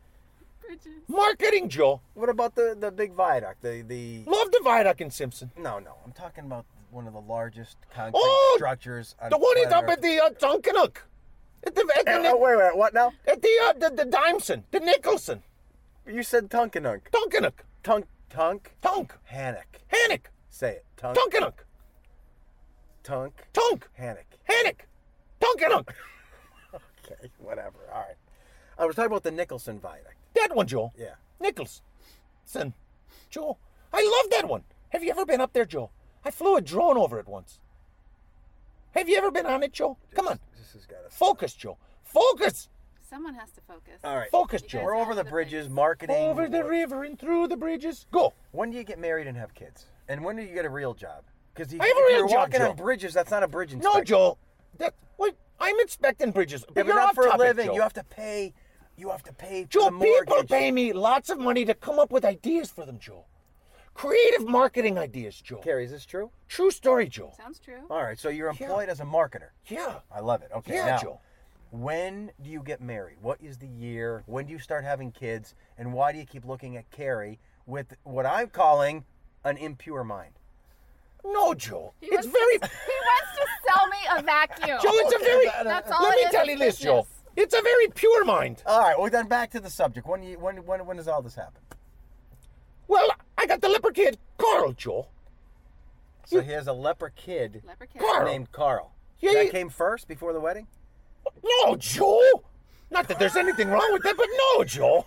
S5: Bridges.
S3: Marketing, Joe.
S2: What about the the big viaduct? The the
S3: Love the viaduct in Simpson.
S2: No, no. I'm talking about one of the largest concrete
S3: Oh!
S2: structures. On
S3: The one is
S2: planet
S3: up at
S2: Earth.
S3: the uh, Dunkin'Uck. At the at the,
S2: Oh,
S3: Nic-
S2: wait, wait. What now?
S3: at the, uh, the the Dimeson, the Nicholson,
S2: You said Tunkinunk.
S3: Dunkin'Uck,
S2: Tunk, Tunk,
S3: Tunk,
S2: Hannock.
S3: Hannock,
S2: Say it. Tunk,
S3: Dunkin'Uck,
S2: Tunk,
S3: Tunk,
S2: Hannock.
S3: Hannock, Dunkin'Uck.
S2: Okay, whatever. All right. I was talking about the Nicholson Viaduct.
S3: That one, Joe.
S2: Yeah.
S3: Nicholson, Joe. I love that one. Have you ever been up there, Joe? I flew a drone over it once. Have you ever been on it, Joe? Come on,
S2: This has got us.
S3: focus, Joe. Focus,
S5: Someone has to focus.
S2: All right.
S3: focus,
S5: guys
S2: We're
S3: Joe.
S5: all
S2: over
S5: over
S2: the
S5: the
S2: bridges,
S5: place.
S2: marketing.
S3: Over the river and through the bridges. Go.
S2: When do you get married and have kids? And when do you get a real job? Because
S3: I have a real
S2: you're
S3: job,
S2: walking
S3: Joe.
S2: on bridges. That's not a bridge
S3: No,
S2: inspection.
S3: Joe. That wait, I'm inspecting bridges.
S2: Yeah,
S3: But
S2: but
S3: you're
S2: not
S3: off
S2: for a
S3: topic,
S2: living.
S3: Joe.
S2: You have to pay. You have to pay for
S3: Joe,
S2: the mortgage.
S3: people pay me lots of money to come up with ideas for them, Joe. Creative marketing ideas, Joe.
S2: Carrie, is this true?
S3: True story, Joe.
S5: Sounds true.
S2: All right, so you're employed as a marketer.
S3: Yeah.
S2: I love it. Okay,
S3: Yeah,
S2: now,
S3: Joe.
S2: when do you get married? What is the year? When do you start having kids? And why do you keep looking at Carrie with what I'm calling an impure mind?
S3: No, Joe.
S5: He
S3: it's
S5: wants
S3: very
S5: To, he wants to sell me a vacuum.
S3: Joe, it's a very
S2: uh,
S5: That's all
S3: Let
S5: it
S3: me
S5: is,
S3: tell
S5: it's
S3: you this, Joe.
S5: business.
S3: It's a very pure mind.
S2: All right, well then back to the subject. When do you, when when when does all this happen?
S3: Well, I got the leopard kid, Carl, Joe.
S2: So here's a leper kid
S5: Leper kid.
S3: Hmm. Carl.
S2: named Carl.
S3: Yeah,
S2: that
S3: you-
S2: came first before the wedding.
S3: No, Joe. Not that there's anything wrong with that, but no, Joe.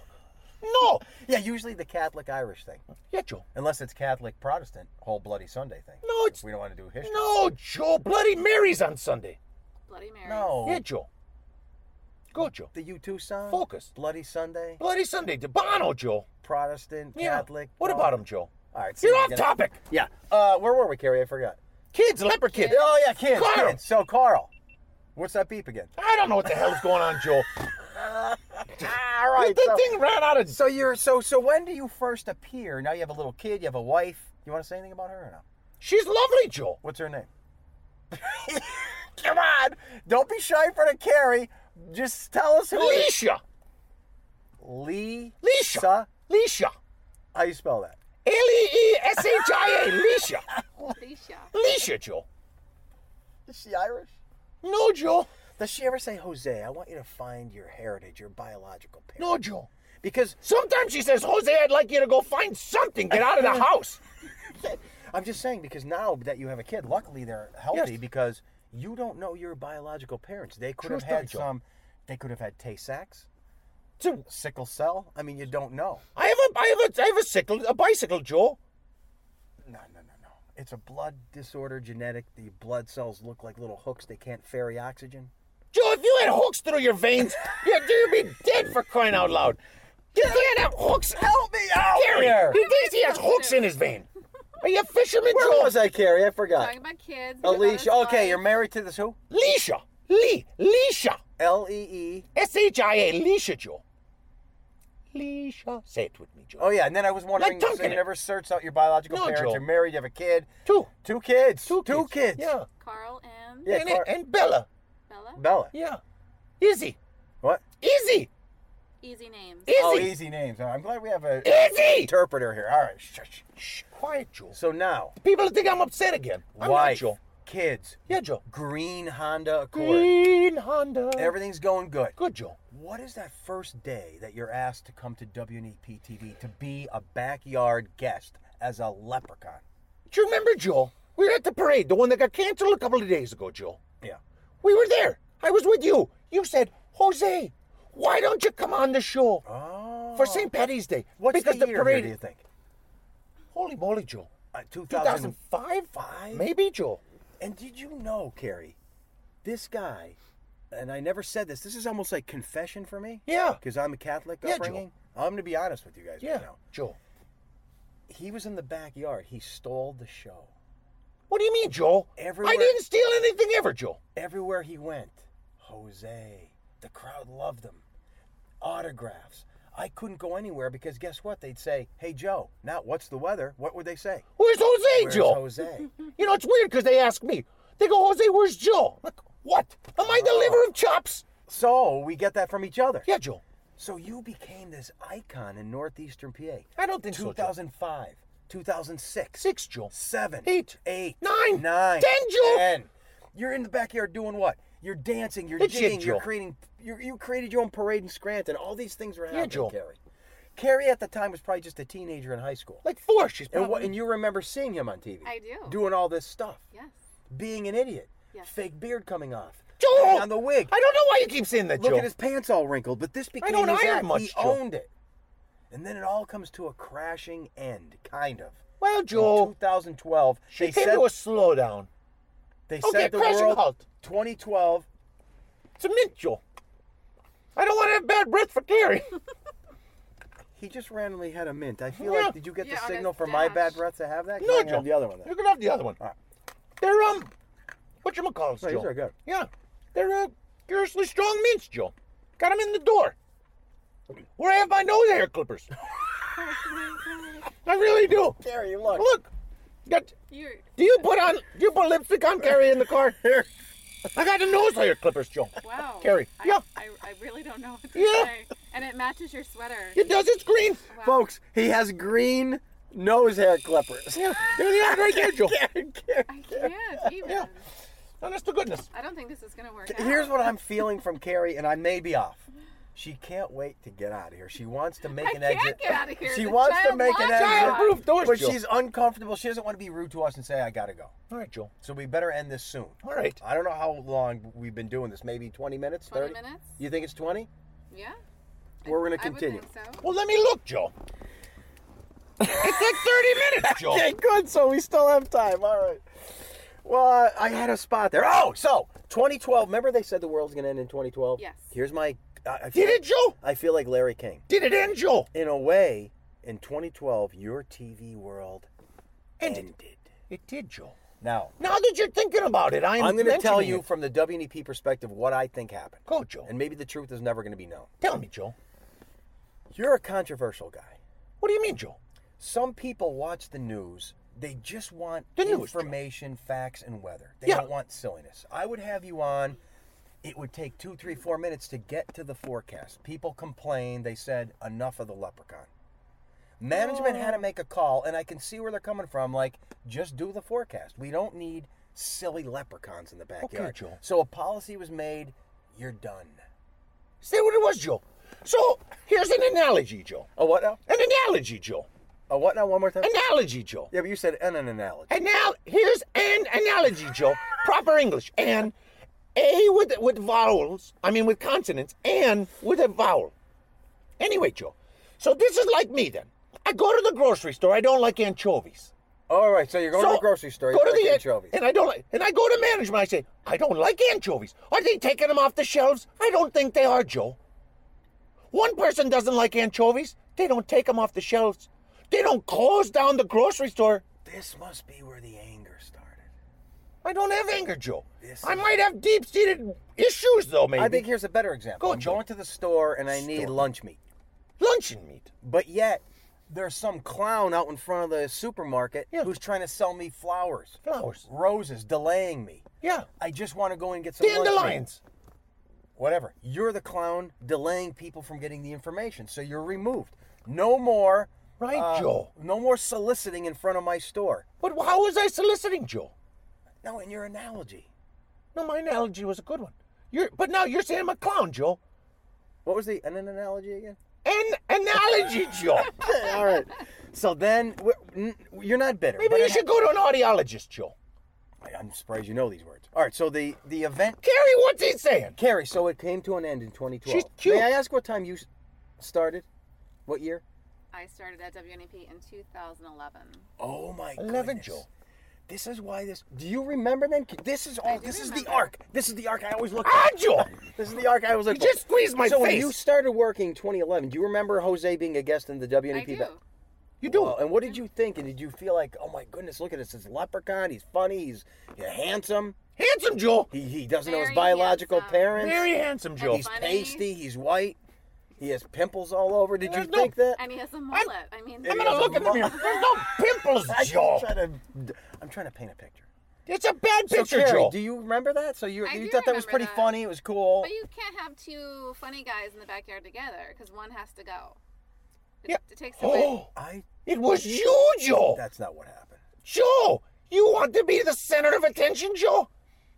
S3: No.
S2: Yeah, usually the Catholic Irish thing.
S3: Yeah, Joe.
S2: Unless it's Catholic Protestant, whole Bloody Sunday thing.
S3: No, it's-
S2: We don't want to do history.
S3: No, Joe. Bloody Mary's on Sunday.
S5: Bloody Mary.
S2: No.
S3: Yeah, Joe. Go, Joe.
S2: The U2 song?
S3: Focus.
S2: Bloody Sunday?
S3: Bloody Sunday. DeBono, Joe.
S2: Protestant?
S3: Yeah.
S2: Catholic?
S3: What
S2: all-
S3: about him, Joe?
S2: All right. so
S3: You're
S2: we
S3: off
S2: get-
S3: topic.
S2: Yeah. Uh, where were we, Carrie? I forgot.
S3: Kids, leper kids.
S2: Oh, yeah, kids.
S3: Carl.
S2: Kids. So, Carl. What's that beep again?
S3: I don't know what the hell's going on, Joe.
S2: all right.
S3: the
S2: so,
S3: thing ran out of.
S2: so you're so so when do you first appear? Now you have a little kid, you have a wife. You want to say anything about her or no?
S3: She's lovely, Joe.
S2: What's her name? Come on. Don't be shy in front of Carrie. Just tell us who it is.
S3: Leisha.
S2: Lee.
S3: Leisha. Leisha.
S2: How you spell that?
S3: L E E S H I A. Leisha.
S5: Alicia.
S3: Leisha, Joe.
S2: Is she Irish?
S3: No, Joe.
S2: Does she ever say Jose? I want you to find your heritage, your biological parent.
S3: No, Joe.
S2: Because
S3: Sometimes she says, Jose, I'd like you to go find something. Get out of the house.
S2: I'm just saying because now that you have a kid, luckily they're healthy
S3: Yes.
S2: because you don't know your biological parents. They could
S3: True
S2: have had
S3: story, Joe.
S2: some they could have had Tay-Sachs,
S3: So,
S2: sickle cell. I mean, you don't know.
S3: I have a, I have a, I have a sickle, a bicycle, Joe.
S2: No, no, no, no. It's a blood disorder genetic. The blood cells look like little hooks. They can't ferry oxygen.
S3: Joe, if you had hooks through your veins, you'd, you'd be dead for crying out loud. You can't have hooks. Help me out Gary,
S2: here.
S3: He thinks he has hooks in his vein. Are you a fisherman,
S2: Where
S3: Joe?
S2: was I, Carrie? I forgot.
S5: Talking about kids.
S2: Alicia.
S5: about his
S2: Okay, you're
S5: wife.
S2: married to this who?
S3: Leisha. Lee. Leisha.
S2: L E E.
S3: S-H-I-A. Leisha, Joe. Leisha. Say it with me, Joe.
S2: Oh yeah, and then I was wondering.
S3: Like
S2: so you
S3: Duncan.
S2: never searched out your biological
S3: No,
S2: parents.
S3: Joe.
S2: You're married. You have a kid.
S3: Two.
S2: Two kids. kids.
S3: Yeah.
S5: Carl and
S2: Yeah.
S3: and,
S2: Car-
S3: and Bella.
S5: Bella.
S2: Bella.
S3: Yeah. Izzy.
S2: What?
S3: Izzy.
S5: Easy names.
S3: Izzy.
S2: Oh, easy names. All right, I'm glad we have a
S3: Izzy.
S2: interpreter here. All right. Shush.
S3: Shh, quiet, Joe.
S2: So now,
S3: People think I'm upset again. I'm
S2: wife,
S3: not, Joe.
S2: kids,
S3: Yeah, Mm. Joe.
S2: green Honda Accord.
S3: Green Honda.
S2: Everything's going good.
S3: Good, Joe.
S2: What is that first day that you're asked to come to E WNEP TV to be a backyard guest as a leprechaun?
S3: Do you remember, Joe? We were at the parade, the one that got canceled a couple of days ago, Joe.
S2: Yeah.
S3: We were there. I was with you. You said, Jose, why don't you come on the show
S2: Oh.
S3: for St. Patty's Day?
S2: What's
S3: because
S2: the year here,
S3: parade?
S2: do you think?
S3: Holy moly, Joe.
S2: Uh, 2000.
S3: 2005?
S2: Five?
S3: Maybe, Joe.
S2: And did you know, Carrie, this guy, and I never said this, this is almost like confession for me.
S3: Yeah.
S2: Because I'm a Catholic
S3: Yeah, Joe.
S2: upbringing. I'm going to be honest with you guys
S3: Yeah,
S2: right now.
S3: Joe.
S2: He was in the backyard. He stole the show.
S3: What do you mean, Joe?
S2: Everywhere-
S3: I didn't steal anything ever, Joe.
S2: Everywhere he went, Jose, the crowd loved him. Autographs. I couldn't go anywhere because guess what? They'd say, "Hey Joe, now what's the weather?" What would they say?
S3: Where's Jose,
S2: "Where's
S3: Joe?
S2: Jose?
S3: You know, it's weird because they ask me. They go, Jose, where's Joe? I'm like, what? Am I
S2: Oh.
S3: the liver of chops?
S2: so we get that from each other.
S3: Yeah, Joe.
S2: So you became this icon in northeastern PA.
S3: I don't think so, Joe.
S2: 2005, 2006,
S3: Six, Joe.
S2: 7,
S3: Eight.
S2: eight,
S3: Nine.
S2: nine,
S3: Ten, Joe.
S2: 10. You're in the backyard doing what? You're dancing, you're
S3: It's
S2: jigging,
S3: it,
S2: you're
S3: Joe.
S2: creating you you created your own parade in Scranton. All these things are happening,
S3: Joe.
S2: Carrie. Carrie at the time was probably just a teenager in high school.
S3: Like um, four, she's
S2: And what
S3: probably-
S2: and you remember seeing him on TV.
S5: I do.
S2: Doing all this stuff.
S5: Yes.
S2: Being an idiot.
S5: Yes.
S2: Fake beard coming off.
S3: Joe!
S2: On the wig.
S3: I don't know why you keep saying that,
S2: Look
S3: Joe.
S2: at his pants all wrinkled, but this became
S3: don't
S2: his
S3: iron
S2: act.
S3: much,
S2: he
S3: Joe.
S2: owned it. And then it all comes to a crashing end, kind of.
S3: Well,
S2: In
S3: Joe,
S2: 2012,
S3: she
S2: they
S3: came
S2: said
S3: to a slowdown.
S2: they
S3: Okay,
S2: said the
S3: crashing
S2: world
S3: halt.
S2: 2012
S3: It's a mint, Joe. I don't want to have bad breath for Gary.
S2: He just randomly had a mint. I feel
S3: Yeah.
S2: like did you get
S5: Yeah,
S2: the
S5: on
S2: signal
S5: his
S2: for my
S5: dash.
S2: bad breath to have that? 'Cause I
S3: no,
S2: can have
S3: Joe.
S2: the other one. Then.
S3: You can have the other one.
S2: All right.
S3: They're, um, whatchamacallits,
S2: No,
S3: Joe?
S2: these are good.
S3: Yeah. They're, uh, curiously strong mints, Joe. Got them in the door. Where I have my nose hair clippers. I really do.
S2: Gary, look.
S3: Look. Got,
S5: You're.
S3: do you put on, do you put lipstick on Gary in the car? Here. I got a nose hair clippers, Joe.
S5: Wow.
S3: Carrie.
S5: I,
S3: Yeah.
S5: I, I really don't know what to
S3: Yeah.
S5: say. And it matches your sweater.
S3: It does, it's green.
S5: Wow.
S2: Folks, he has green nose hair clippers.
S3: Yeah, there they are right there, Joe.
S5: I can't even.
S3: Yeah. Honest to goodness.
S5: I don't think this is gonna work. out.
S2: Here's what I'm feeling from Carrie, and I may be off. She can't wait to get out of here. She wants to make
S5: I
S2: an
S5: can't
S2: exit.
S5: get out of here.
S2: She
S5: The
S2: wants to
S5: child
S2: make an
S5: locked me
S2: exit.
S5: up.
S3: Childproof doors,
S2: But
S3: Joe.
S2: she's uncomfortable. She doesn't want to be rude to us and say, I gotta go.
S3: All right, Joe.
S2: So we better end this soon.
S3: All right.
S2: I don't know how long we've been doing this. Maybe 20 minutes?
S5: 20
S2: 30?
S5: minutes?
S2: You think it's 20?
S5: Yeah.
S2: We're going to
S5: I would
S2: continue.
S5: think so.
S3: Well, let me look, Joe. It's like 30 minutes, Joe.
S2: Okay, good. So we still have time. All right. Well, I had a spot there. Oh, so 2012. Remember they said the world's going to end in 2012?
S5: Yes.
S2: Here's my. I, I feel
S3: Did it, Joe?
S2: I feel like Larry King.
S3: Did it end, Joe?
S2: In a way, in 2012, your TV world
S3: Ended.
S2: ended.
S3: It did, Joe.
S2: Now,
S3: Now that you're thinking about it, I'm,
S2: I'm going to tell
S3: mentioning
S2: you
S3: it.
S2: from the WNEP perspective what I think happened.
S3: Go, Joe.
S2: And maybe the truth is never going to be known.
S3: tell me, Joe.
S2: You're a controversial guy.
S3: What do you mean, Joe?
S2: Some people watch the news. They just want
S3: The news, Joe.
S2: information, facts, and weather. They
S3: Yeah.
S2: don't want silliness. I would have you on. It would take two, three, four minutes to get to the forecast. People complained. They said, enough of the leprechaun. Management had to make a call, and I can see where they're coming from. Like, just do the forecast. We don't need silly leprechauns in the backyard.
S3: Joe.
S2: So a policy was made. You're done.
S3: Say what it was, Joe. So here's an analogy, Joe.
S2: Oh, what now?
S3: An analogy, Joe.
S2: Oh, what now? One more time?
S3: Analogy, Joe.
S2: Yeah, but you said an, an analogy.
S3: Anal- here's an analogy, Joe. Proper English. An, a with with vowels. I mean with consonants. An with a vowel. Anyway, Joe. So this is like me then. I go to the grocery store. I don't like anchovies.
S2: All right, so you're going to
S3: So,
S2: the grocery store.
S3: Go
S2: you
S3: to
S2: like
S3: the
S2: anchovies.
S3: and I don't like. And I go to management. I say I don't like anchovies. Are they taking them off the shelves? I don't think they are, Joe. One person doesn't like anchovies. They don't take them off the shelves. They don't close down the grocery store.
S2: This must be where the anger started.
S3: I don't have anger, Joe.
S2: Yes,
S3: I
S2: sir.
S3: might have deep-seated issues, though. Maybe
S2: I think here's a better example.
S3: Go
S2: I'm
S3: to it.
S2: going to the store and I need
S3: Store.
S2: lunch meat,
S3: luncheon meat.
S2: but yet there's some clown out in front of the supermarket
S3: Yeah.
S2: who's trying to sell me flowers,
S3: Flowers.
S2: roses, delaying me.
S3: Yeah.
S2: I just want to go and get some lunch meat.
S3: Dandelions.
S2: Whatever. You're the clown delaying people from getting the information, so you're removed. No more.
S3: Right,
S2: uh,
S3: Joe.
S2: No more soliciting in front of my store.
S3: But how was I soliciting, Joe?
S2: No, in your analogy.
S3: No, my analogy was a good one. You're, but now you're saying I'm a clown, Joe.
S2: What was the an an analogy again?
S3: An analogy, Joe.
S2: All right. So then w- n- you're not bitter.
S3: Maybe
S2: but
S3: you
S2: it-
S3: should go to an audiologist, Joe.
S2: I- I'm surprised you know these words. All right. So the the event,
S3: Carrie, what's he saying?
S2: Carrie. So it came to an end in 2012.
S3: She's cute.
S2: May I ask what time you s- started? What year?
S5: I started at WNEP in 2011.
S2: Oh my.
S3: Eleven,
S2: goodness.
S3: Joe.
S2: This is why this. Do you remember then? This is all.
S5: do
S2: This is the
S5: remember.
S2: arc. This is the arc I always look.
S3: Ah,
S2: for.
S3: Joe.
S2: This is the arc I always
S3: You
S2: look.
S3: just
S2: for.
S3: squeezed my
S2: so when
S3: face.
S2: you started working in 2011, do you remember Jose being a guest in the WNEP?
S5: I do.
S2: ba-
S3: you do.
S2: Wow, And what did you think? And did you feel like, oh my goodness, look at this, this leprechaun, he's funny, he's, he's handsome,
S3: handsome, Joe.
S2: he, he doesn't know his
S5: Very
S2: biological
S5: handsome.
S2: parents,
S3: Very handsome, Joe.
S2: he's
S5: Funny.
S2: pasty, he's white, he has pimples all over. Did you
S3: There's no-
S2: think that?
S5: And he has a mullet. I mean,
S3: I'm gonna look in the mirror. There's no pimples,
S2: I'm
S3: Joe.
S2: trying to, I'm trying to paint a picture.
S3: It's a bad
S2: So,
S3: picture,
S2: Carrie,
S3: Joe.
S2: do you remember that? So you,
S5: I
S2: you
S5: do
S2: thought that was
S5: remember
S2: pretty
S5: that.
S2: funny, it was cool.
S5: But you can't have two funny guys in the backyard together because one has to go. It,
S3: Yeah.
S5: it takes away.
S3: Oh,
S2: I,
S3: it was you, Joe.
S2: that's not what happened.
S3: Joe, you want to be the center of attention, Joe?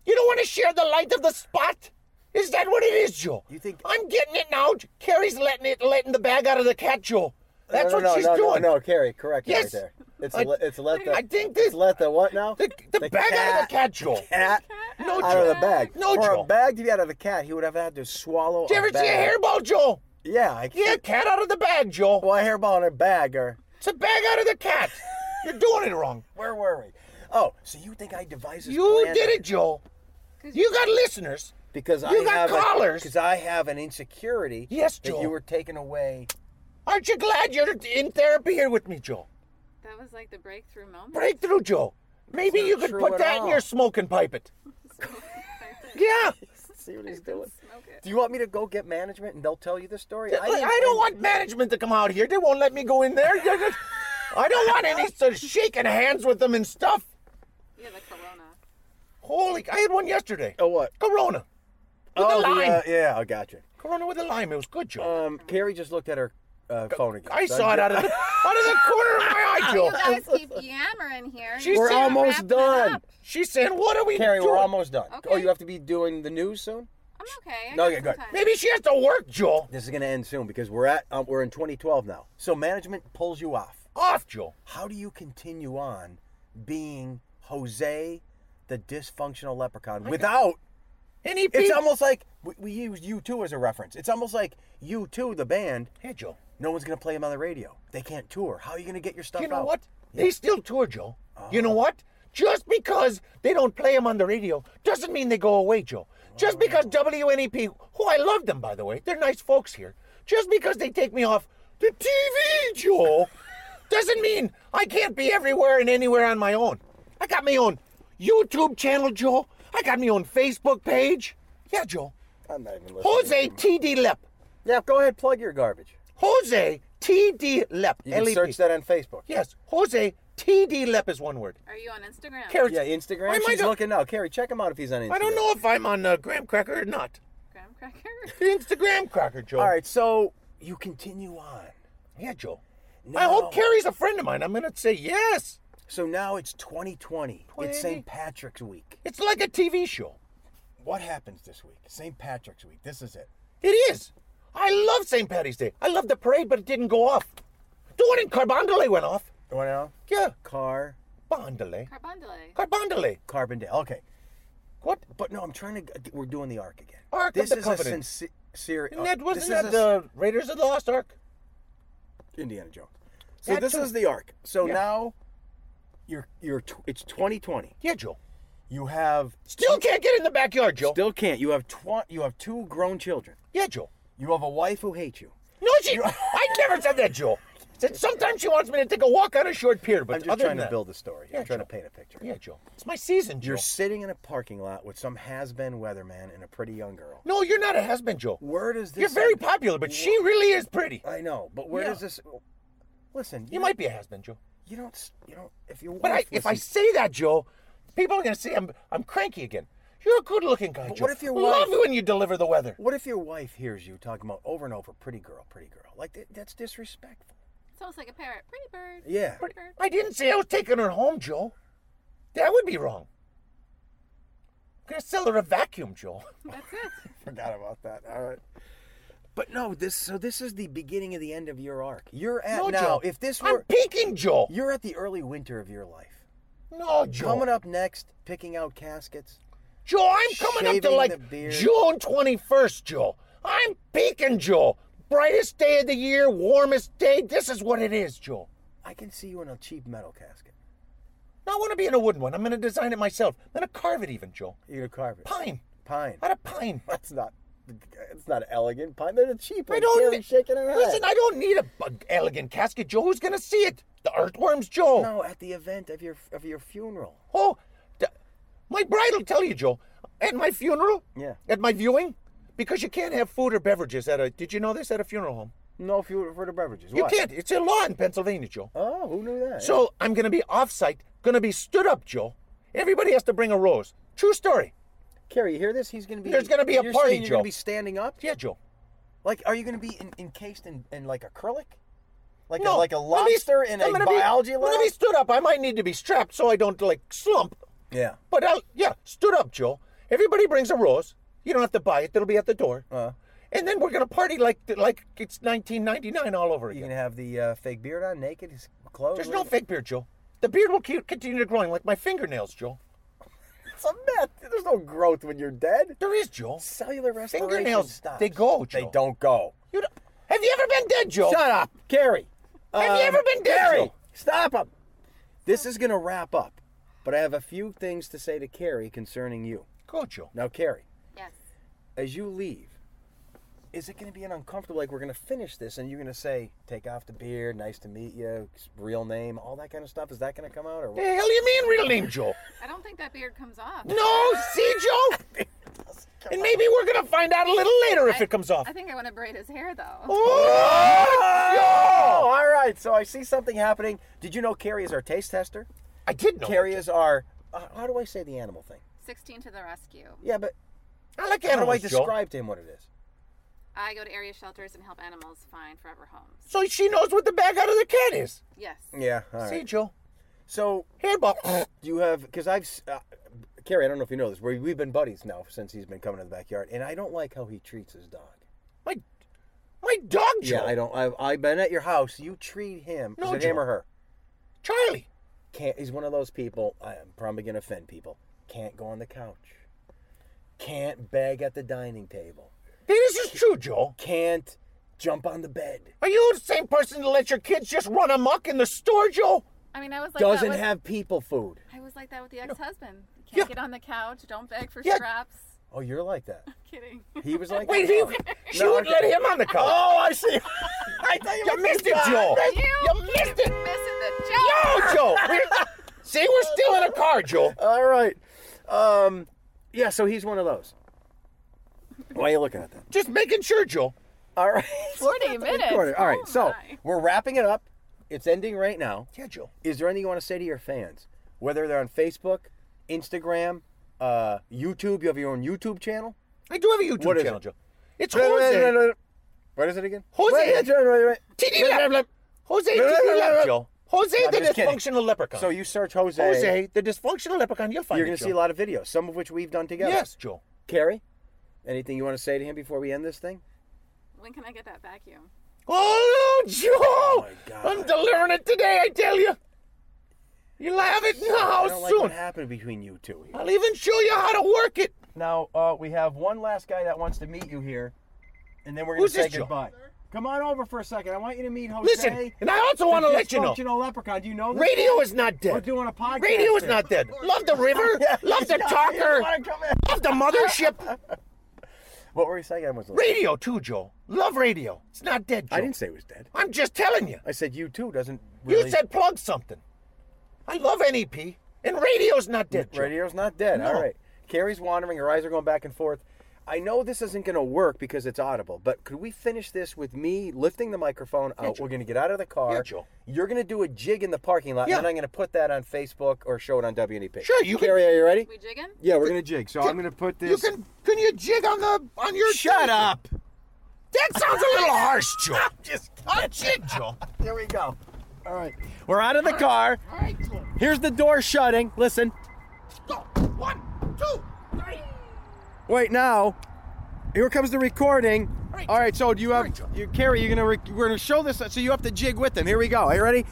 S3: You don't want to share the light of the spot? Is that what it is, Joe?
S2: You think-
S3: I'm getting it now. Carrie's letting it, letting the bag out of the cat, Joe. That's
S2: no, no,
S3: what
S2: no,
S3: she's
S2: no,
S3: doing.
S2: No, no, Carrie, correct right
S3: Yes.
S2: there. It's,
S3: I-
S2: le- it's let the,
S3: I think this-
S2: it's let the what now?
S3: The, the, bag out of the cat, Joe.
S2: cat.
S3: No,
S2: out of
S3: Joe.
S2: the bag.
S3: No,
S2: For
S3: Joe.
S2: a bag to be out of the cat, he would have had to swallow
S3: Did you
S2: a
S3: ever see
S2: bag.
S3: a hairball, Joe?
S2: Yeah, I
S3: Yeah,
S2: can't.
S3: cat out of the bag, Joe.
S2: Well, a hairball in a bag or
S3: It's a bag out of the cat. You're doing it wrong.
S2: where were we? Oh, so you think I devised this
S3: You
S2: plan
S3: did it, Joe.
S5: 'Cause
S3: You got listeners.
S2: because
S3: You
S2: I
S3: got
S2: have
S3: collars.
S2: because I have an insecurity.
S3: Yes,
S2: that
S3: Joe.
S2: you were taken away.
S3: Aren't you glad you're in therapy here with me, Joe?
S5: That was like the breakthrough moment.
S3: Breakthrough, Joe. Maybe
S2: not
S3: you could
S2: true
S3: put
S2: at
S3: that
S2: all.
S3: in your smoke and pipe it. Yeah.
S2: See what he's doing.
S5: Smoke it.
S2: Do you want me to go get management and they'll tell you the story?
S3: I,
S2: didn't-
S3: don't want management to come out here. They won't let me go in there. They're just- I don't want any sort of shaking hands with them and stuff.
S5: Yeah, the corona.
S3: Holy, I had one yesterday.
S2: Oh what?
S3: Corona. With
S2: oh
S3: a lime.
S2: yeah, yeah, I got you.
S3: Corona with a lime. It was good, Joe.
S2: Um, Carrie just looked at her uh, phone again.
S3: I saw it out of, the, out of the corner of my eye,
S5: Oh, You
S3: Joe.
S5: guys keep yammering here.
S3: Oh. She's-
S2: We're
S3: said
S2: almost
S5: wrap that
S2: done.
S5: up.
S3: She's saying, what are we
S2: Carrie,
S3: doing?
S2: we're almost done. Oh,
S5: Okay.
S2: you have to be doing the news soon.
S5: I'm okay. I
S2: No,
S5: got
S2: you're
S5: some
S2: good.
S5: time.
S3: Maybe she has to work, Joe.
S2: This is going to end soon because we're at um, we're in 2012 now. So management pulls you off.
S3: Off, Joe.
S2: How do you continue on being Jose, the dysfunctional leprechaun, without
S3: And he
S2: It's
S3: peaked.
S2: almost like we, we use U2 as a reference. It's almost like U2, the band,
S3: Hey, Joe.
S2: no one's going to play them on the radio. They can't tour. How are you going to get your stuff
S3: You know
S2: out? Oh.
S3: what? They still tour, Joe. You know what? Just because they don't play them on the radio doesn't mean they go away, Joe. Just
S2: Oh.
S3: because WNEP, who I love them by the way, they're nice folks here. Just because they take me off the TV, Joe, doesn't mean I can't be everywhere and anywhere on my own. I got my own YouTube channel, Joe. I got my own Facebook page. Yeah, Joe.
S2: I'm not even listening.
S3: Jose TD Lep.
S2: Yeah, go ahead, plug your garbage.
S3: Jose TD Lep.
S2: You can
S3: L E P.
S2: search that on Facebook.
S3: Yes, Jose TD Lep is one word.
S5: Are you on Instagram?
S3: Carrots.
S2: Yeah, Instagram.
S3: I might
S2: She's
S3: not-
S2: looking now. Carrie, check him out if he's on Instagram.
S3: I don't know if I'm on uh, Graham Cracker or not.
S5: Graham Cracker?
S3: Instagram Cracker, Joe.
S2: All right, so you continue on.
S3: Yeah, Joe. I
S2: Now-
S3: hope Carrie's a friend of mine. I'm gonna say yes.
S2: So now it's 2020. It's
S3: 20.
S2: St. Patrick's Week.
S3: It's like a TV show.
S2: What happens this week? St. Patrick's Week. This is it.
S3: It is. I love St. Patty's Day. I love the parade, but it didn't go off. The one in Carbondale went off.
S2: You want to know?
S3: Yeah,
S2: Car,
S3: Carbondale.
S5: Carbondale.
S3: Carbondale.
S2: Carbondale. Okay.
S3: What?
S2: But no, I'm trying to. We're doing the Ark again.
S3: Ark of
S2: this
S3: the
S2: is
S3: Covenant.
S2: a sincere. Ser-
S3: Isn't that,
S2: this
S3: wasn't
S2: is
S3: that
S2: a
S3: the Raiders of the Lost Ark?
S2: Indiana Jones. So
S3: That
S2: this
S3: too.
S2: is the Ark. So
S3: Yeah.
S2: now, you're you're. Tw- it's 2020.
S3: Yeah, Joe.
S2: You have
S3: Still can't get in the backyard, Joe.
S2: still can't. You have tw- You have two grown children.
S3: Yeah, Joe.
S2: You have a wife who hates you.
S3: No, she. I never said that, Joe. Said sometimes she wants me to take a walk on a short pier, but
S2: I'm just
S3: other
S2: trying
S3: than
S2: to
S3: that-
S2: build a story.
S3: Yeah,
S2: I'm trying
S3: Joe.
S2: to paint a picture.
S3: Yeah, Joe. It's my season, Joe.
S2: You're sitting in a parking lot with some has-been weatherman and a pretty young girl.
S3: No, you're not a husband, Joe.
S2: Where does this?
S3: You're very popular, but she really is pretty.
S2: I know, but where
S3: Yeah.
S2: does this? Listen,
S3: You
S2: don't-
S3: might be a husband, Joe.
S2: You don't. s- You don't. If you're.
S3: But I, if I say that, Joe, people are gonna say I'm I'm cranky again. You're a good-looking guy,
S2: But
S3: Joe.
S2: what if your
S3: love
S2: wife-
S3: when you deliver the weather?
S2: What if your wife hears you talking about over and over, pretty girl, pretty girl? Like, that, that's disrespectful.
S5: Sounds like a parrot. Pretty bird.
S2: Yeah.
S5: Pretty bird.
S3: I didn't say I was taking her home, Joe. That would be wrong. I'm gonna sell her a vacuum, Joe.
S5: That's it.
S2: Forgot about that. All right. But no, this so this is the beginning of the end of your arc. You're at
S3: no,
S2: now.
S3: Joe.
S2: If this
S3: I'm
S2: were,
S3: peeking, Joe.
S2: you're at the early winter of your life.
S3: No, Joe.
S2: Coming up next, picking out caskets.
S3: Joe, I'm coming up to
S2: Shaving the
S3: like
S2: beard.
S3: June 21st, Joe. I'm peaking, Joe. Brightest day of the year, warmest day. This is what it is, Joe.
S2: I can see you in a cheap metal casket.
S3: Now, I want to be in a wooden one. I'm going to design it myself. I'm going to carve it even, Joe.
S2: You're gonna carve it.
S3: Pine.
S2: Pine.
S3: Out of pine.
S2: That's not. It's not elegant. Pine. They're cheap.
S3: I
S2: like
S3: don't
S2: Carrie shaking her head.
S3: Listen, I don't need a bug elegant casket, Joe. Who's going to see it? The earthworms, Joe.
S2: No, at the event of your of your funeral.
S3: Oh, d- my bride will tell you, Joe. At my funeral?
S2: Yeah.
S3: At my viewing? Because you can't have food or beverages at a, did you know this, at a funeral home?
S2: No funeral for the beverages.
S3: You can't. It's a law in Pennsylvania, Joe.
S2: Oh, who knew that?
S3: So I'm going to be off-site, going to be stood up, Joe. Everybody has to bring a rose. True story.
S2: Carrie, you hear this? He's going to be.
S3: There's gonna be a
S2: you're
S3: party,
S2: saying You're going
S3: Joe.
S2: to be standing up.
S3: Yeah, Joe.
S2: Like, are you going to be in, encased in, in like acrylic? Like a,
S3: No,
S2: like a
S3: I'm gonna be-
S2: lobster in a
S3: I'm gonna be-
S2: biology
S3: I'm
S2: lab.
S3: going to be stood up. I might need to be strapped so I don't like slump.
S2: yeah.
S3: But I'll, yeah, stood up, Joe. Everybody brings a rose. You don't have to buy it. It'll be at the door.
S2: Uh,
S3: And then we're going to party like like it's 1999 all over
S2: you
S3: again.
S2: can have the uh, fake beard on, naked, his clothes.
S3: There's no fake beard, Joe. The beard will keep, continue to growing like my fingernails, Joe.
S2: It's a myth. There's no growth when you're dead.
S3: There is, Joe.
S2: Cellular respiration
S3: Fingernails,
S2: stops.
S3: they go,
S2: They
S3: Joe.
S2: don't go. Oh.
S3: You don't, have you ever been dead, Joe?
S2: Shut up, Carrie.
S3: Have you ever been dead,
S2: Carrie?
S3: Joe?
S2: Stop him. This is going to wrap up, but I have a few things to say to Carrie concerning you.
S3: Go, Joe.
S2: Now, Carrie.
S5: Yes.
S2: as you leave, is it going to be an uncomfortable? Like we're going to finish this, and you're going to say, "Take off the beard. Nice to meet you. Real name. All that kind of stuff." Is that going to come out or
S3: The
S2: what?
S3: hell you mean real name, Joe?
S5: I don't think that beard comes off.
S3: No, see, Joe? and maybe we're going to find out a little later if it comes off.
S5: I think I want to braid his hair though.
S3: oh,
S2: Oh, all right. So I see something happening. Did you know Carrie is our taste tester?
S3: Joe! I did know.
S2: Carrie is our. Uh, how do I say the animal thing?
S5: 16 to the rescue.
S2: Yeah, but
S3: I like
S2: how do I
S3: animals, Joe.
S2: describe to him what it is?
S5: I go to area shelters and help animals find forever homes.
S3: So she knows what the bag out of the cat is.
S5: Yes.
S2: Yeah. All right.
S3: See, Joe?
S2: So
S3: Hairball.
S2: you have because I've s- uh, Carrie. I don't know if you know this. We we've been buddies now since he's been coming to the backyard, and I don't like how he treats his dog.
S3: my, my dog, Joe.
S2: Yeah, I don't. I've, I've been at your house. You treat him.
S3: No,
S2: is it him
S3: Joe.
S2: or her?
S3: Charlie.
S2: Can't. He's one of those people. I'm probably gonna offend people. Can't go on the couch. Can't beg at the dining table.
S3: This is true, Joe.
S2: Can't jump on the bed.
S3: Are you the same person to let your kids just run amok in the store, Joe?
S5: I mean, I was like that
S2: Doesn't
S5: with,
S2: have people food.
S5: I was like that with the ex-husband. You can't
S3: Yeah.
S5: get on the couch. Don't beg for
S3: Yeah.
S5: scraps.
S2: Oh, you're like that.
S5: Kidding.
S2: He was like
S3: Wait,
S2: that.
S3: he, she
S2: No,
S3: would
S2: I-
S3: let him on the couch.
S2: Oh, I see. I thought you
S3: you
S2: were
S3: missed it, Joe.
S5: You,
S3: You missed
S5: keep
S3: it.
S5: Missing the
S3: No,
S5: joke.
S3: Joe. We're, see, we're still in a car, Joe.
S2: Oh, All right. Um, yeah, so he's one of those. Why are you looking at that?
S3: Just making sure, Joe.
S2: All right.
S5: 40 minutes.
S2: All right,
S5: Oh
S2: so
S5: my.
S2: we're wrapping it up. It's ending right now.
S3: Yeah, Joe.
S2: Is there anything you want to say to your fans? Whether they're on Facebook, Instagram, uh, YouTube, you have your own YouTube channel?
S3: I do have a YouTube
S2: What is
S3: channel,
S2: it?
S3: Joe. It's
S2: Wait, wait, wait,
S3: Jose.
S2: wait, wait. What is it again?
S3: Jose.
S2: Wait, wait, wait, wait, wait.
S3: TD Lap. Jose
S2: Blah, blah,
S3: TD
S2: blah,
S3: Lap,
S2: blah.
S3: Joe. Jose
S2: I'm
S3: the
S2: just kidding.
S3: dysfunctional leprechaun.
S2: So you search Jose.
S3: Jose the dysfunctional leprechaun. You'll find
S2: You're
S3: it,
S2: going to
S3: Joe.
S2: see a lot of videos, some of which we've done together.
S3: Yes, Joe.
S2: Carrie, anything you want to say to him before we end this thing?
S5: When can I get that vacuum?
S3: Oh, Joe!
S2: my God.
S3: I'm delivering it today, I tell you. You'll have it in the
S2: I
S3: house
S2: don't like
S3: soon.
S2: what happened between you two here.
S3: I'll even show you how to work it.
S2: Now uh, we have one last guy that wants to meet you here, and then we're gonna
S3: Who's
S2: say
S3: this, Joe?
S2: goodbye. Come on over for a second. I want you to meet Jose.
S3: Listen, and I also want to let you know,
S2: Dysfunctional leprechaun. Do you know this?
S3: radio is not
S2: We're
S3: dead.
S2: doing a podcast.
S3: Radio is
S2: here.
S3: not dead. Love the river.
S2: Yeah,
S3: Love the
S2: yeah, I
S3: talker.
S2: didn't wanna come in.
S3: Love the mothership.
S2: What were you saying? I was. listening.
S3: Radio too, Joe. Love radio. It's not dead, Joe.
S2: I didn't say it was dead.
S3: I'm just telling you.
S2: I said you too doesn't. Really...
S3: You said plug something. I love NEP, and radio's not dead, Joe.
S2: Radio's not dead.
S3: No.
S2: All right. Carrie's wandering. Her eyes are going back and forth. I know this isn't going to work because it's audible, but could we finish this with me lifting the microphone out? We're going to get out of the car.
S3: Yeah, Joe.
S2: You're going to do a jig in the parking lot,
S3: Yeah.
S2: and I'm going to put that on Facebook or show it on WNEP.
S3: Sure, you can-
S2: Carrie, are you ready?
S5: We jigging?
S2: Yeah, we're going to jig. So I'm going to put
S3: You
S2: this.
S3: can can you jig on the on your
S2: Shut up!
S3: That sounds a little harsh, Joe. Just a jig, Joe.
S2: There we go. All right. We're out of the car.
S3: All right, Joe.
S2: Here's the door shutting. Listen.
S3: Go. One, two, three.
S2: Wait now. Here comes the recording.
S3: Right.
S2: All right, so do you have
S3: Right, Joe.
S2: you Carrie, you're gonna rec- we're gonna show this so you have to jig with them. Here we go. Are you ready?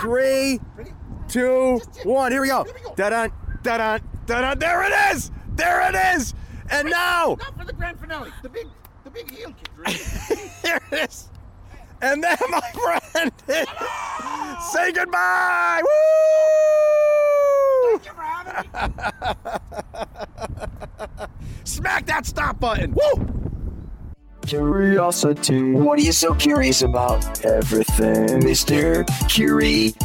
S2: Three,
S3: Ready?
S2: two,
S3: Just jig.
S2: one. Here we go.
S3: Here we go.
S2: Da da da da da da. There it is. There it is. And now
S3: Not for the grand finale. The big, the big heel kick.
S2: here it is. And then my friend, say goodbye. Woo!
S3: Thank you for having me.
S2: Smack that stop button. Woo!
S1: Curiosity. What are you so curious about? Everything, Mr. Curiosity.